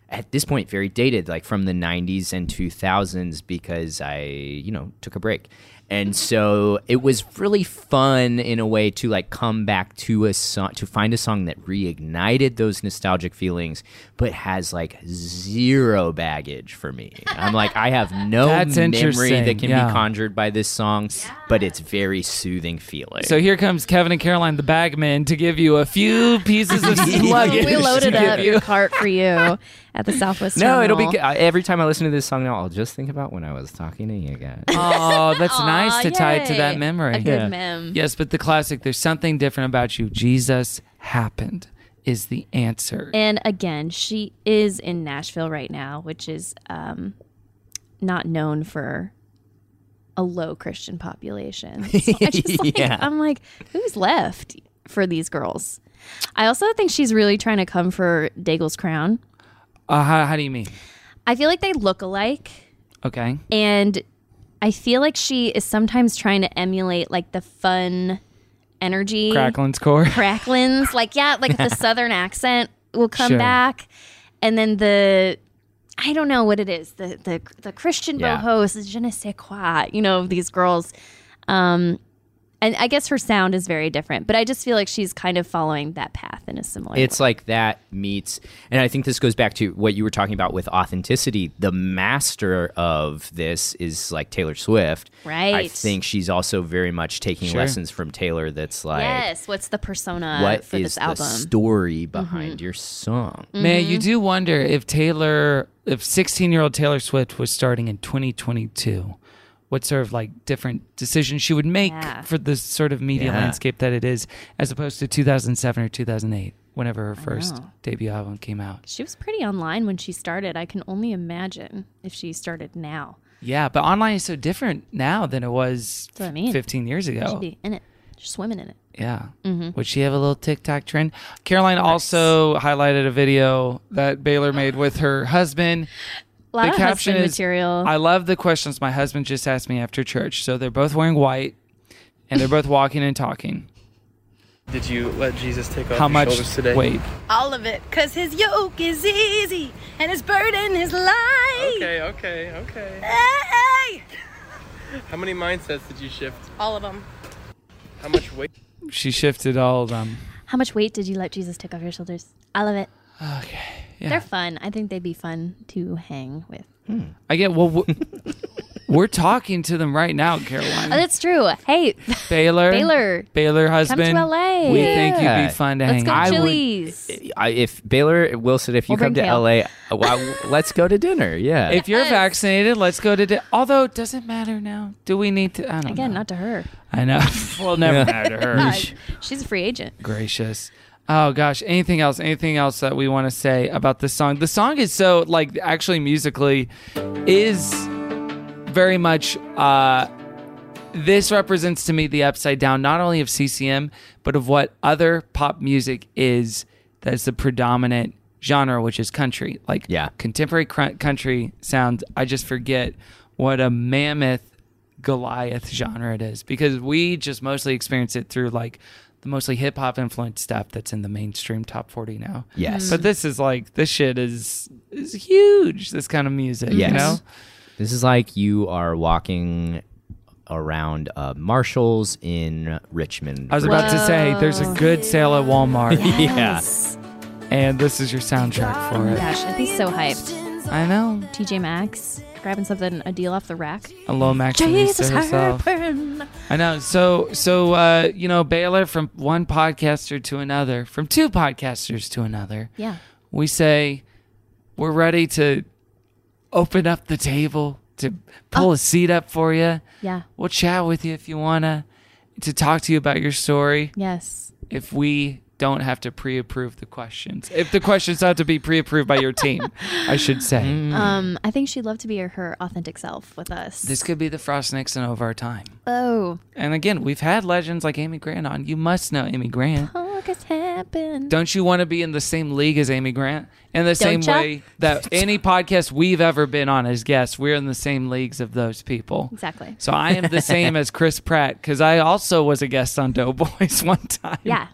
Speaker 4: at this point, very dated, like from the '90s and 2000s, because I, you know, took a break, and so it was really fun in a way to like come back to a song, to find a song that reignited those nostalgic feelings, but has like zero baggage for me. I'm like, I have no
Speaker 6: That's
Speaker 4: memory
Speaker 6: interesting,
Speaker 4: that can
Speaker 6: yeah.
Speaker 4: be conjured by this song, but it's very soothing feeling.
Speaker 6: So here comes Kevin and Caroline, the bagmen, to give you a few pieces of luggage.
Speaker 7: we loaded
Speaker 6: to give
Speaker 7: up
Speaker 6: you.
Speaker 7: your cart for you at the Southwest.
Speaker 4: no, it'll be
Speaker 7: Terminal.
Speaker 4: good. every time I listen to this song now, I'll just think about when I was talking to you guys.
Speaker 6: Oh, that's
Speaker 7: Aw,
Speaker 6: nice to tie it to
Speaker 7: yay.
Speaker 6: that memory.
Speaker 7: A good Yeah. mem.
Speaker 6: Yes, but the classic, there's something different about you. Jesus happened is the answer.
Speaker 7: And again, she is in Nashville right now, which is um, not known for a low Christian population. So I just like,
Speaker 14: Yeah.
Speaker 7: I'm like, who's left for these girls? I also think she's really trying to come for Daigle's crown.
Speaker 6: Uh, how, how do you mean?
Speaker 7: I feel like they look alike.
Speaker 6: Okay.
Speaker 7: And I feel like she is sometimes trying to emulate like the fun energy.
Speaker 6: Cracklin's core.
Speaker 7: Cracklins. Like, yeah, like the southern accent will come
Speaker 6: Sure.
Speaker 7: back. And then the I don't know what it is. The the the Christian
Speaker 14: Yeah.
Speaker 7: boho is je ne sais quoi, you know, of these girls. Um and I guess her sound is very different, but I just feel like she's kind of following that path in a similar
Speaker 4: It's like that meets, and I think this goes back to what you were talking about with authenticity. The master of this is like Taylor Swift. I
Speaker 7: Right.
Speaker 4: think she's also very much taking
Speaker 7: Sure.
Speaker 4: lessons from Taylor that's like,
Speaker 7: yes, what's the persona
Speaker 4: what
Speaker 7: for
Speaker 4: is
Speaker 7: this
Speaker 4: the
Speaker 7: album? Mm-hmm.
Speaker 4: story behind your song?
Speaker 6: Man, you do wonder if Taylor, if 16 year old Taylor Swift was starting in 2022, what sort of like different decisions she would make for the sort of media
Speaker 4: Yeah.
Speaker 6: landscape that it is, as opposed to 2007 or 2008, whenever her first
Speaker 7: know.
Speaker 6: debut album came out.
Speaker 7: She was pretty online when she started. I can only imagine if she started now.
Speaker 6: Yeah, but online is so different now than it was
Speaker 7: That's what I mean.
Speaker 6: 15 years
Speaker 7: She
Speaker 4: Oh.
Speaker 6: ago.
Speaker 7: should be in it, She's swimming in it.
Speaker 6: Yeah.
Speaker 7: Mhm.
Speaker 6: Would she have a little TikTok trend? Caroline also highlighted a video that Baylor made with her husband.
Speaker 7: A lot of husband material.
Speaker 6: I love the questions my husband just asked me after church. So they're both wearing white and they're both walking and talking.
Speaker 15: Did you let Jesus take off
Speaker 6: How
Speaker 15: your
Speaker 6: much
Speaker 15: shoulders today?
Speaker 6: weight?
Speaker 12: All of it, cause his yoke is easy and his burden is light.
Speaker 15: Okay, okay, okay.
Speaker 12: Hey!
Speaker 15: How many mindsets did you shift?
Speaker 12: All of them.
Speaker 15: How much weight?
Speaker 6: She shifted all of them.
Speaker 7: How much weight did you let Jesus take off your shoulders? I love it.
Speaker 6: Okay. yeah.
Speaker 7: They're fun. I think they'd be fun to hang with.
Speaker 6: I get, well, we're, we're talking to them right now,
Speaker 7: Oh,
Speaker 6: Caroline.
Speaker 7: that's true. Hey,
Speaker 6: Baylor.
Speaker 7: Baylor.
Speaker 6: Baylor
Speaker 7: to
Speaker 6: husband.
Speaker 7: LA.
Speaker 6: We
Speaker 7: Yeah.
Speaker 6: think you'd be fun to
Speaker 7: Let's
Speaker 6: hang
Speaker 7: go
Speaker 6: out.
Speaker 7: Chili's.
Speaker 4: I, if Baylor Wilson, if you
Speaker 6: Or
Speaker 4: come to
Speaker 6: Brimdale.
Speaker 4: LA, uh, wow, let's go to dinner. Yeah.
Speaker 6: If you're vaccinated, let's go to. Di- Although it doesn't matter now. Do we need to? I don't
Speaker 7: Again,
Speaker 6: know.
Speaker 7: not to her.
Speaker 6: I know. well, never
Speaker 4: Yeah.
Speaker 6: matter to her.
Speaker 7: God, She's a free agent.
Speaker 6: Gracious. Oh gosh. Anything else? Anything else that we want to say about this song? The song is so like actually musically is very much. uh this represents to me the upside down not only of CCM but of what other pop music is that's the predominant genre which is country like yeah. contemporary cr- country sounds I just forget what a mammoth Goliath genre it is because we just mostly experience it through like the mostly hip hop influenced stuff that's in the mainstream top 40 now.
Speaker 4: Yes.
Speaker 6: But this is like this shit is is huge this kind of music,
Speaker 4: Yes.
Speaker 6: you know?
Speaker 4: This is like you are walking around uh, Marshalls in Richmond.
Speaker 6: I was about to say there's a good sale at Walmart.
Speaker 4: Yes.
Speaker 6: And this is your soundtrack
Speaker 7: Oh
Speaker 6: for
Speaker 7: my
Speaker 6: it.
Speaker 7: gosh, I'd be so hyped.
Speaker 6: I know.
Speaker 7: TJ Maxx grabbing something, a deal off the rack.
Speaker 6: A little Max to
Speaker 7: Jesus
Speaker 6: herself.
Speaker 7: Herpin.
Speaker 6: I know. So so uh, you know, Baylor from one podcaster to another, from two podcasters to another.
Speaker 7: Yeah.
Speaker 6: We say we're ready to open up the table to pull a seat up for you.
Speaker 7: Yeah.
Speaker 6: We'll chat with you if you wanna to talk to you about your story.
Speaker 7: Yes.
Speaker 6: If we don't have to pre-approve the questions. If the questions have to be pre-approved by your team, I should say.
Speaker 7: Um, I think she'd love to be her authentic self with us.
Speaker 6: this could be the Frost Nixon of our time.
Speaker 7: oh,
Speaker 6: And again, we've had legends like Amy Grant on. You must know Amy Grant.
Speaker 7: what has happened?
Speaker 6: Don't you want to be in the same league as Amy Grant? In the same
Speaker 7: Don't ya?
Speaker 6: way that any podcast we've ever been on as guests, we're in the same leagues of those people.
Speaker 7: Exactly.
Speaker 6: So I am the same as Chris Pratt because I also was a guest on Doughboys one time.
Speaker 7: Yeah,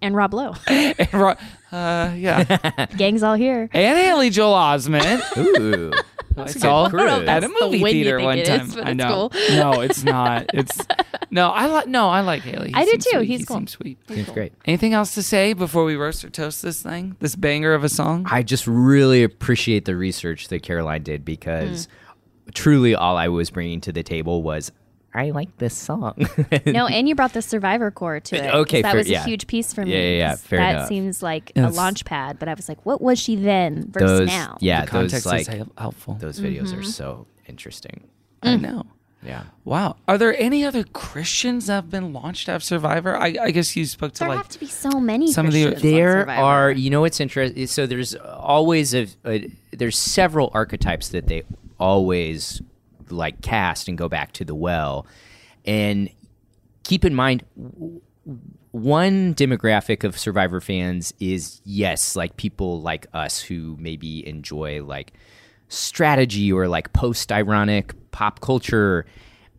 Speaker 7: and Rob Lowe.
Speaker 6: And Ro- uh, yeah.
Speaker 7: Gang's all here.
Speaker 6: and Haley Joel Osment.
Speaker 4: Ooh.
Speaker 6: That's
Speaker 7: a good
Speaker 6: all
Speaker 7: crew. I don't know
Speaker 6: at
Speaker 7: if
Speaker 6: a
Speaker 7: that's the
Speaker 6: movie
Speaker 7: win you
Speaker 6: theater
Speaker 7: think
Speaker 6: one
Speaker 7: it is,
Speaker 6: time.
Speaker 7: but
Speaker 6: I
Speaker 7: it's
Speaker 6: know.
Speaker 7: cool.
Speaker 6: no, it's not. It's no. I like no. I like Haley. He
Speaker 7: I do
Speaker 6: seems
Speaker 7: too.
Speaker 6: sweet.
Speaker 7: He's
Speaker 6: he
Speaker 7: cool.
Speaker 6: Seems sweet.
Speaker 7: He's Seems cool.
Speaker 4: great.
Speaker 6: Anything else to say before we roast or toast this thing? This banger of a song.
Speaker 4: I just really appreciate the research that Caroline did because
Speaker 7: Hmm.
Speaker 4: truly all I was bringing to the table was I like this song.
Speaker 7: no, and you brought the Survivor core to it.
Speaker 4: Uh, Okay,
Speaker 7: 'cause that
Speaker 4: fair-
Speaker 7: was
Speaker 4: yeah.
Speaker 7: a huge piece for me.
Speaker 4: Yeah, yeah, yeah,
Speaker 7: 'cause
Speaker 4: fair
Speaker 7: that
Speaker 4: enough.
Speaker 7: seems like
Speaker 4: Yes.
Speaker 7: a launch pad, but I was like, what was she then versus
Speaker 4: those
Speaker 7: now? Mm-hmm.
Speaker 4: yeah,
Speaker 6: The context
Speaker 4: those
Speaker 6: is
Speaker 4: like
Speaker 6: hel- helpful.
Speaker 4: Those videos are
Speaker 7: Mhm.
Speaker 4: so interesting.
Speaker 6: I know.
Speaker 4: Yeah.
Speaker 6: Wow. Are there any other Christians that have been launched out of Survivor? I, I guess you spoke to
Speaker 7: there
Speaker 6: like
Speaker 7: have to be so many. Christians on
Speaker 4: there
Speaker 7: Survivor.
Speaker 4: are you know what's interesting so there's always a, a there's several archetypes that they always like cast and go back to the well and keep in mind w- one demographic of survivor fans is yes like people like us who maybe enjoy like strategy or like post ironic pop culture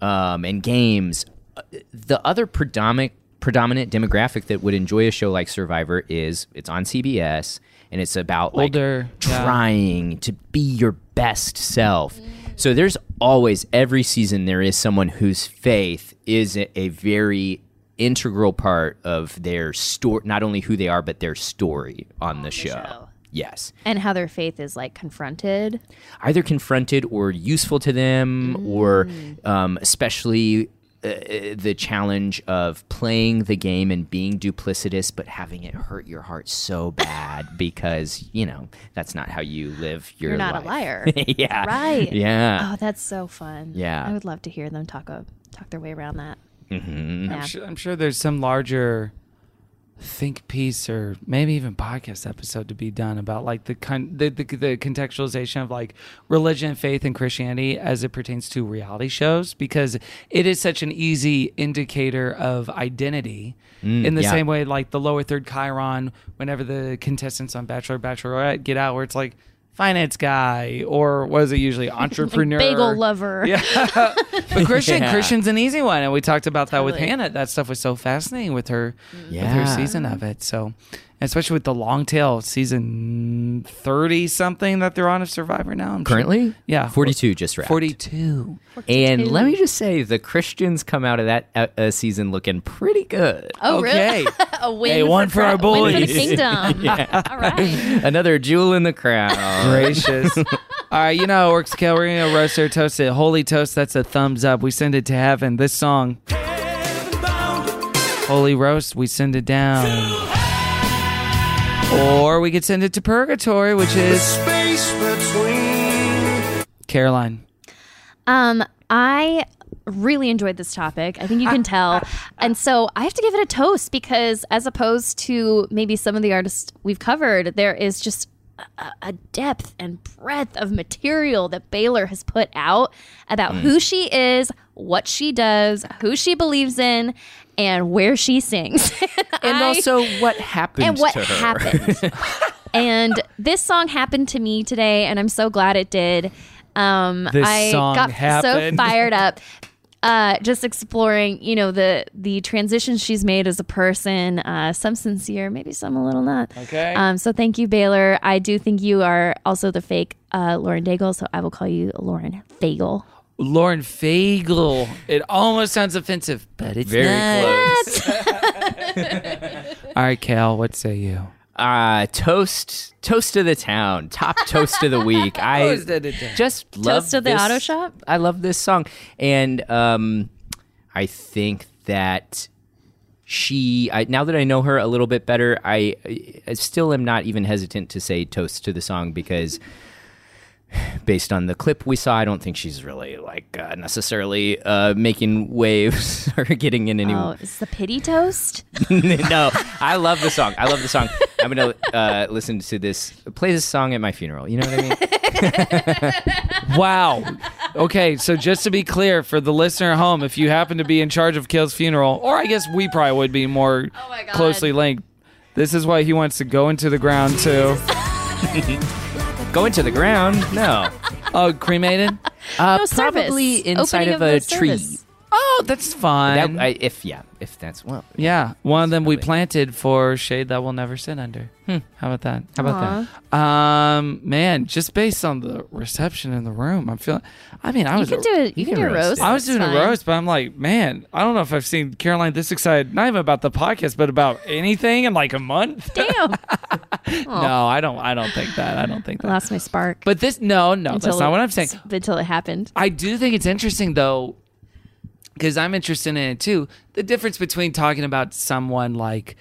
Speaker 4: um, and games Uh, the other predominant predominant demographic that would enjoy a show like survivor is it's on cbs and it's about like,
Speaker 6: Older, yeah.
Speaker 4: trying to be your best self so there's always every season there is someone whose faith is a, a very integral part of their story not only who they are but their story on, the, show. yes
Speaker 7: and how their faith is like confronted.
Speaker 4: either confronted or useful to them, or
Speaker 7: Mm.
Speaker 4: um, especially uh, the challenge of playing the game and being duplicitous, but having it hurt your heart so bad because you know that's not how you live your.
Speaker 7: You're not
Speaker 4: life.
Speaker 7: a liar.
Speaker 4: yeah.
Speaker 7: Right.
Speaker 4: Yeah.
Speaker 7: Oh, that's so fun.
Speaker 4: Yeah.
Speaker 7: I would love to hear them talk a, talk their way around that.
Speaker 4: Mhm.
Speaker 7: Yeah.
Speaker 6: I'm, sure, I'm sure there's some larger think piece or maybe even podcast episode to be done about like the con- the, the, the contextualization of like religion, faith, and Christianity as it pertains to reality shows because it is such an easy indicator of identity.
Speaker 4: Mm,
Speaker 6: in the
Speaker 4: yeah.
Speaker 6: same way, like the lower third Chiron, whenever the contestants on Bachelor, Bachelorette get out, where it's like finance guy or what is it usually entrepreneur
Speaker 7: Bagel lover.
Speaker 6: Yeah. but Christian,
Speaker 7: Yeah.
Speaker 6: Christian's an easy one, and we talked about that with
Speaker 7: Totally.
Speaker 6: Hannah. That stuff was so fascinating with her, with her
Speaker 4: Yeah.
Speaker 6: season of it. So, and especially with the long tail season thirty something that they're on of Survivor now. I'm sure.
Speaker 4: Currently,
Speaker 6: yeah,
Speaker 4: forty-two just wrapped.
Speaker 6: forty-two.
Speaker 4: And let me just say, the Christians come out of that uh, uh, season looking pretty good.
Speaker 7: Oh,
Speaker 6: okay.
Speaker 7: really? a win.
Speaker 6: Hey, one for our
Speaker 7: Fran- win for
Speaker 6: boys.
Speaker 7: the kingdom.
Speaker 4: Yeah. Another jewel in the crown.
Speaker 6: Gracious. All right, you know how it works, Kel. We're gonna roast or toast it. Holy toast, that's a thumbs up. We send it to heaven. This song. Holy roast, we send it down. Or we could send it to purgatory, which is
Speaker 16: Space between.
Speaker 6: Caroline.
Speaker 7: Um, I really enjoyed this topic. I think you can tell. And so I have to give it a toast because, as opposed to maybe some of the artists we've covered, there is just a, a depth and breadth of material that Baylor has put out about
Speaker 14: Mm.
Speaker 7: who she is, what she does, who she believes in, and where she sings.
Speaker 4: And also what happened
Speaker 7: And what
Speaker 4: to her.
Speaker 7: happened. and this song happened to me today, and I'm so glad it did. Um,
Speaker 14: This
Speaker 7: I
Speaker 14: song
Speaker 7: got so
Speaker 14: happened.
Speaker 7: fired up. Uh, just exploring, you know, the the transitions she's made as a person. Uh, some sincere, maybe some a little not.
Speaker 14: Okay.
Speaker 7: Um, so thank you, Baylor. I do think you are also the fake uh, Lauren Daigle, so I will call you Lauren Fagel.
Speaker 6: Lauren Fagel. It almost sounds offensive, but it's
Speaker 4: Very
Speaker 6: not.
Speaker 7: close.
Speaker 6: All right, Cal, what say you?
Speaker 4: Uh, toast, toast to the town, top toast of the week. I
Speaker 6: Toast to the town.
Speaker 4: just love
Speaker 7: Toast to the
Speaker 4: this-
Speaker 7: auto shop?
Speaker 4: I love this song, and um, I think that she. I, now that I know her a little bit better, I, I still am not even hesitant to say toast to the song because. Based on the clip we saw, I don't think she's really like uh, necessarily uh, making waves or getting in any
Speaker 7: Oh, it's the pity toast.
Speaker 4: no, I love the song. I love the song. I'm gonna uh, listen to this. Play this song at my funeral. You know what I mean?
Speaker 6: Wow. Okay, so just to be clear for the listener at home, if you happen to be in charge of Kale's funeral, or I guess we probably would be more
Speaker 7: Oh
Speaker 6: closely linked, this is why he wants to go into the ground too.
Speaker 4: go into the ground? No.
Speaker 6: Oh, cremated?
Speaker 4: Uh,
Speaker 6: No service.
Speaker 4: probably inside
Speaker 6: Opening
Speaker 4: of,
Speaker 6: of
Speaker 4: a
Speaker 6: no
Speaker 4: tree.
Speaker 6: service. Oh, that's fine.
Speaker 4: That, I, if yeah, if that's well.
Speaker 6: Yeah, one of them we planted for shade that will never sit under. Hmm. How about that? How about that? Um, man, just based on the reception in the room, I'm feeling. I mean, I
Speaker 7: You
Speaker 6: was.
Speaker 7: can do a- you You can can do a roast roast. it.
Speaker 6: I was
Speaker 7: It's
Speaker 6: doing
Speaker 7: fine.
Speaker 6: a roast, but I'm like, man, I don't know if I've seen Caroline this excited, not even about the podcast, but about anything in like a month.
Speaker 7: Damn.
Speaker 6: no, I don't. I don't think that. I don't think
Speaker 7: I
Speaker 6: that.
Speaker 7: lost my spark.
Speaker 6: But this, no, no,
Speaker 7: Until
Speaker 6: that's not what
Speaker 7: it-
Speaker 6: I'm saying.
Speaker 7: Until it happened.
Speaker 6: I do think it's interesting though, because I'm interested in it too. The difference between talking about someone like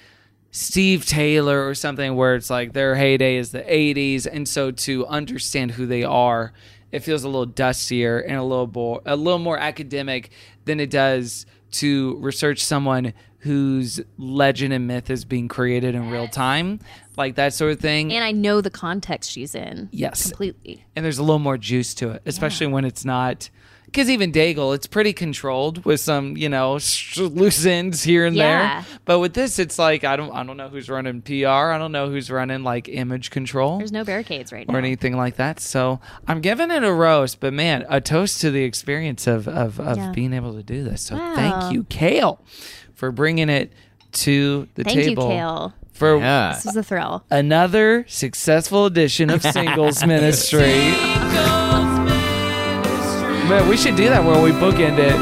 Speaker 6: Steve Taylor or something, where it's like their heyday is the '80s, and so to understand who they are it feels a little dustier and a little more a little more academic than it does to research someone whose legend and myth is being created in real time, like that sort of thing.
Speaker 7: And I know the context she's in.
Speaker 6: Yes.
Speaker 7: Completely.
Speaker 6: and there's a little more juice to it, especially when it's not. Because even Daigle, it's pretty controlled with some, you know, loose ends here and
Speaker 7: Yeah.
Speaker 6: there. But with this, it's like I don't, I don't know who's running PR. I don't know who's running like image control
Speaker 7: There's no barricades right now.
Speaker 6: or anything like that. So I'm giving it a roast, but man, a toast to the experience of of, of
Speaker 7: Yeah.
Speaker 6: being able to do this. So
Speaker 7: Wow.
Speaker 6: thank you, Kale, for bringing it to the
Speaker 7: Thank you,
Speaker 6: table.
Speaker 7: Kale.
Speaker 6: For
Speaker 7: This is a thrill.
Speaker 6: another successful edition of Singles Ministry. Man, we should do that where we bookend it.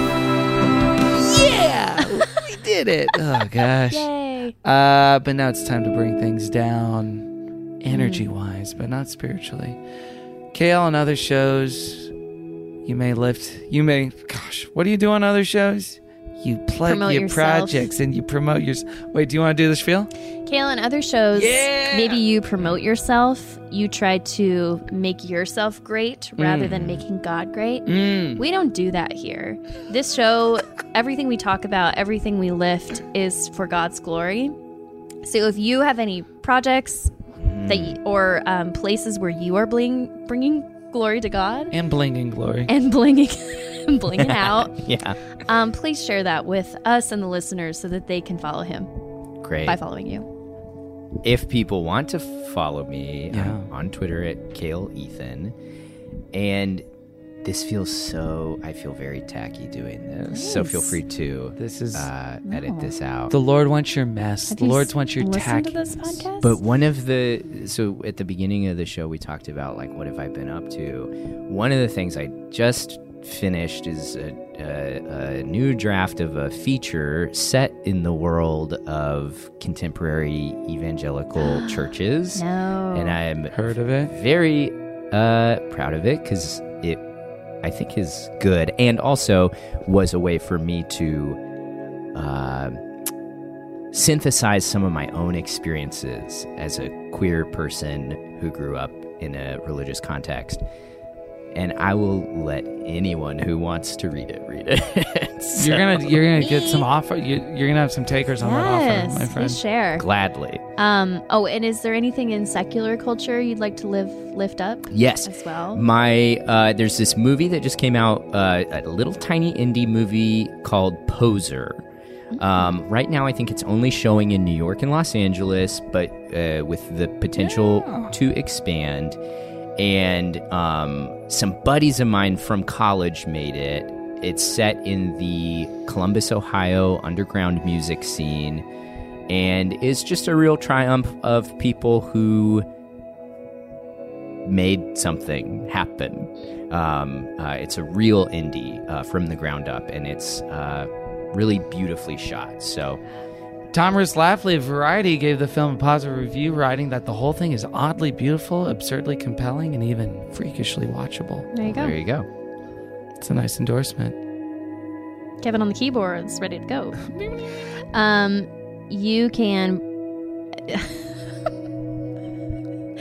Speaker 6: Yeah, we did it. Oh gosh.
Speaker 7: Yay.
Speaker 6: Uh, but now it's time to bring things down, energy-wise, but not spiritually. Kale on other shows, you may lift. You may. Gosh, what do you do on other shows? You plug
Speaker 7: Promote
Speaker 6: your
Speaker 7: yourself.
Speaker 6: projects and you promote yours. Wait, do you want to do this spiel?
Speaker 7: Kale and other shows, maybe you promote yourself. You try to make yourself great rather
Speaker 6: Mm.
Speaker 7: than making God great.
Speaker 6: Mm.
Speaker 7: We don't do that here. This show, everything we talk about, everything we lift is for God's glory. So if you have any projects that y- or um, places where you are bling- bringing glory to God
Speaker 6: And blinging glory.
Speaker 7: and blinging, blinging out,
Speaker 4: yeah.
Speaker 7: um, please share that with us and the listeners so that they can follow Him
Speaker 4: Great.
Speaker 7: by following you.
Speaker 4: if people want to follow me
Speaker 6: Yeah.
Speaker 4: I'm on Twitter at Kale Ethan, and this feels so. I feel very tacky doing this, so feel
Speaker 6: Nice.
Speaker 4: free to
Speaker 6: this is
Speaker 4: uh, edit this out.
Speaker 6: The Lord wants your mess.
Speaker 7: Have
Speaker 6: The
Speaker 7: you
Speaker 6: Lord
Speaker 7: s-
Speaker 6: wants your
Speaker 7: listened to
Speaker 6: tacky.
Speaker 7: this podcast?
Speaker 4: But one of the so at the beginning of the show we talked about like what have I been up to. One of the things I just finished is a, a, a new draft of a feature set in the world of contemporary evangelical churches.
Speaker 7: No.
Speaker 4: And I'm
Speaker 6: heard of it.
Speaker 4: Very uh, proud of it because it I think is good and also was a way for me to. Uh, synthesize some of my own experiences as a queer person who grew up in a religious context. And I will let anyone who wants to read it read it. So-
Speaker 6: You're gonna you're gonna get some offer. You, you're gonna have some takers on that offer, my
Speaker 7: Yes,
Speaker 6: friend.
Speaker 7: please share.
Speaker 4: gladly.
Speaker 7: Um, oh, and is there anything in secular culture you'd like to live lift up?
Speaker 4: Yes.
Speaker 7: as well.
Speaker 4: My uh, there's this movie that just came out, uh, a little tiny indie movie called Poser.
Speaker 7: Mm-hmm.
Speaker 4: Um, right now, I think it's only showing in New York and Los Angeles, but uh, with the potential to expand. And um, some buddies of mine from college made it. It's set in the Columbus, Ohio underground music scene, and is just a real triumph of people who made something happen. Um, uh, it's a real indie uh, from the ground up, and it's uh, really beautifully shot. So,
Speaker 6: Thomas Lafley of Variety gave the film a positive review, writing that the whole thing is oddly beautiful, absurdly compelling, and even freakishly watchable.
Speaker 7: There you go.
Speaker 4: There you go.
Speaker 6: It's a nice endorsement.
Speaker 7: Kevin on the keyboards, ready to go. um, you can.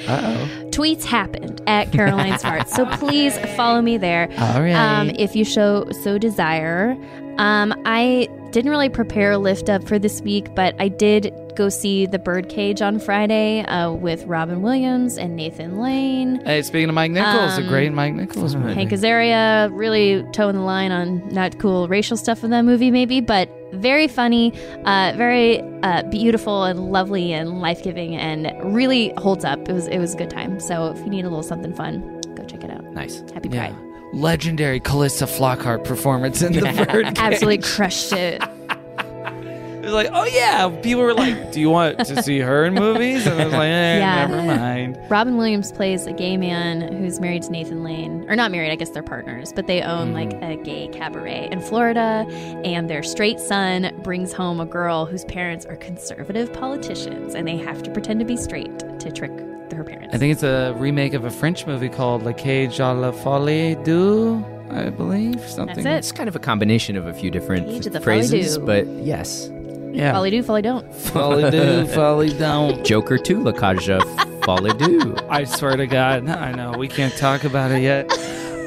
Speaker 6: Uh
Speaker 7: Tweets happened at Caroline's Heart, so please follow me there.
Speaker 6: All right.
Speaker 7: Um, if you show so desire, um, I didn't really prepare lift up for this week, but I did go see the Birdcage on Friday uh, with Robin Williams and Nathan Lane.
Speaker 6: oh. Hey, speaking of Mike Nichols, a
Speaker 7: Um,
Speaker 6: great Mike Nichols movie.
Speaker 7: Hank Azaria really toeing the line on not cool racial stuff in that movie, maybe, but very funny, uh, very uh, beautiful and lovely and life giving, and really holds up. It was it was a good time. So if you need a little something fun, go check it out.
Speaker 4: Nice.
Speaker 7: Happy
Speaker 6: Yeah.
Speaker 7: Pride.
Speaker 6: Uh, Legendary Calista Flockhart performance in the bird.
Speaker 7: Absolutely crushed it.
Speaker 6: It was like, oh yeah. People were like, do you want to see her in movies? And I was like, eh,
Speaker 7: Yeah.
Speaker 6: never mind.
Speaker 7: Robin Williams plays a gay man who's married to Nathan Lane, or not married, I guess they're partners, but they own like
Speaker 6: Mm-hmm.
Speaker 7: a gay cabaret in Florida. And their straight son brings home a girl whose parents are conservative politicians and they have to pretend to be straight to trick her parents.
Speaker 6: I think it's a remake of a French movie called La Cage à la Folie du, I believe. Something.
Speaker 7: it.
Speaker 4: It's kind of a combination of a few different
Speaker 7: Cage of the
Speaker 4: phrases,
Speaker 7: Folly-Doo.
Speaker 4: but yes.
Speaker 6: Yeah.
Speaker 7: Folly do, folly don't.
Speaker 6: Folly do, folly don't.
Speaker 4: Joker 2, La Cage of Folly Do.
Speaker 6: I swear to God, I know we can't talk about it yet.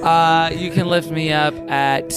Speaker 6: Uh, you can lift me up at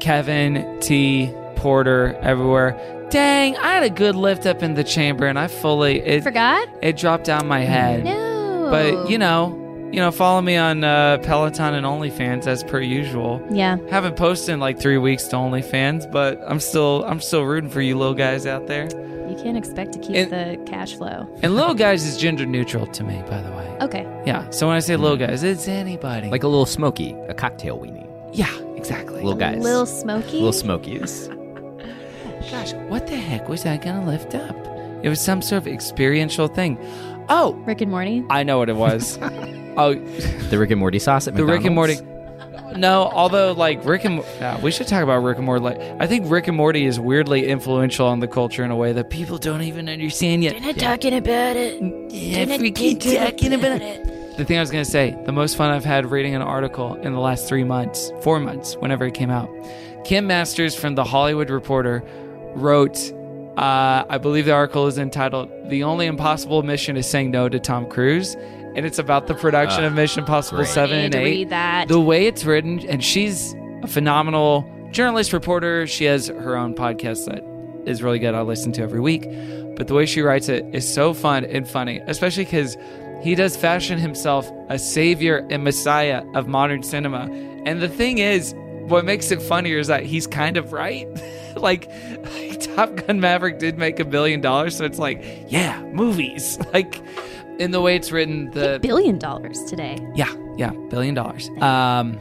Speaker 6: Kevin T. Porter everywhere. Dang, I had a good lift up in the chamber, and I fully it
Speaker 7: Forgot?
Speaker 6: It dropped down my head.
Speaker 7: No.
Speaker 6: But you know, you know, follow me on uh, Peloton and OnlyFans as per usual.
Speaker 7: Yeah.
Speaker 6: Haven't posted in like three weeks to OnlyFans, but I'm still I'm still rooting for you little guys out there.
Speaker 7: You can't expect to keep the cash flow.
Speaker 6: And little guys is gender neutral to me, by the way.
Speaker 7: Okay.
Speaker 6: Yeah. So when I say little guys, it's anybody.
Speaker 4: Like a little smoky, a cocktail we need.
Speaker 6: Yeah, exactly.
Speaker 4: Little guys.
Speaker 7: Little Smoky?
Speaker 4: Little smokies.
Speaker 6: Oh Gosh, what the heck was I gonna lift up? It was some sort of experiential thing. Oh,
Speaker 7: Rick and Morty.
Speaker 6: I know what it was. oh, the
Speaker 4: Rick and Morty sauce at
Speaker 6: the Rick and Morty.
Speaker 4: McDonald's?
Speaker 6: No, although like Rick and uh, we should talk about Rick and Morty. Like, I think Rick and Morty is weirdly influential on the culture in a way that people don't even understand yet.
Speaker 3: talking about it. Yeah,
Speaker 6: freaking talking about it. The thing I was going to say, the most fun I've had reading an article in the last three months, four months, whenever it came out. Kim Masters from The Hollywood Reporter wrote, uh, I believe the article is entitled, The Only Impossible Mission is Saying No to Tom Cruise. And it's about the production
Speaker 7: Ah,
Speaker 6: of Mission Possible
Speaker 7: great.
Speaker 6: 7
Speaker 7: I need
Speaker 6: and
Speaker 7: to
Speaker 6: 8.
Speaker 7: read that.
Speaker 6: The way it's written, and she's a phenomenal journalist, reporter. She has her own podcast that is really good. I listen to every week. But the way she writes it is so fun and funny, especially because he does fashion himself a savior and messiah of modern cinema. And the thing is, what makes it funnier is that he's kind of right. like, Top Gun Maverick did make a billion dollars, so it's like, yeah, movies. Like, in the way it's written, the
Speaker 7: Billion dollars today.
Speaker 6: yeah, yeah, billion dollars. Um,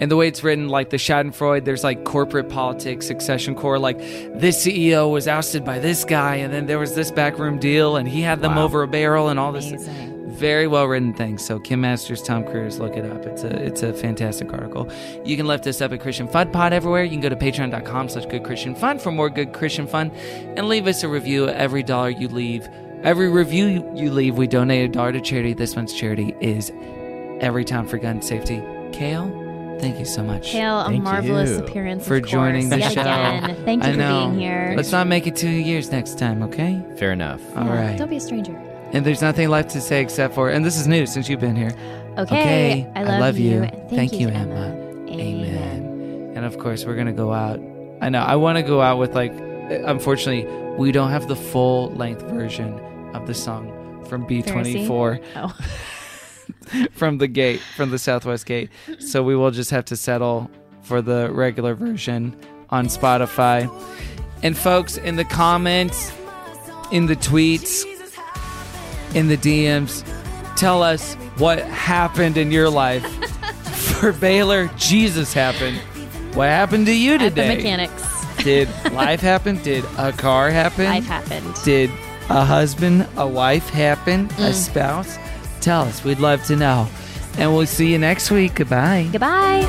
Speaker 6: and the way it's written, like the Schadenfreude, there's like corporate politics, succession core. Like this CEO was ousted by this guy, and then there was this backroom deal, and he had them
Speaker 7: Wow.
Speaker 6: over a barrel, and all this. Very well written thing. So Kim Masters, Tom Cruise, look it up. It's a it's a fantastic article. You can lift us up at Christian Fun Pod everywhere. You can go to patreon.com slash good Christian fun for more good Christian fun and leave us a review. Every dollar you leave, every review you- you leave, we donate a dollar to charity. This month's charity is Every Town for Gun Safety. Kale, thank you so much.
Speaker 7: Kale, a Thank marvelous you. appearance, of
Speaker 6: for joining the
Speaker 7: course, yet
Speaker 6: show.
Speaker 7: again. Thank you
Speaker 6: I
Speaker 7: for
Speaker 6: know.
Speaker 7: being here.
Speaker 6: Let's not make it two years next time, okay?
Speaker 4: Fair enough.
Speaker 6: All
Speaker 7: Yeah,
Speaker 6: right.
Speaker 7: Don't be a stranger.
Speaker 6: And there's nothing left to say except for, and this is new since you've been here.
Speaker 7: Okay, I love you.
Speaker 6: Thank,
Speaker 7: Thank
Speaker 6: you,
Speaker 7: you,
Speaker 6: Emma. Amen. And of course, we're gonna go out. I know. I want to go out with like. Unfortunately, we don't have the full length version of the song from B24
Speaker 7: Oh.
Speaker 6: from the gate from the Southwest Gate. So we will just have to settle for the regular version on Spotify. And folks, in the comments, in the tweets, in the DMs, tell us what happened in your life. For Baylor, Jesus happened. What happened to you
Speaker 7: At the
Speaker 6: today?
Speaker 7: mechanics.
Speaker 6: Did life happen? Did a car happen?
Speaker 7: Life happened.
Speaker 6: Did a husband, a wife happen? A
Speaker 7: Mm.
Speaker 6: spouse? Tell us. We'd love to know. And we'll see you next week. Goodbye.
Speaker 7: Goodbye.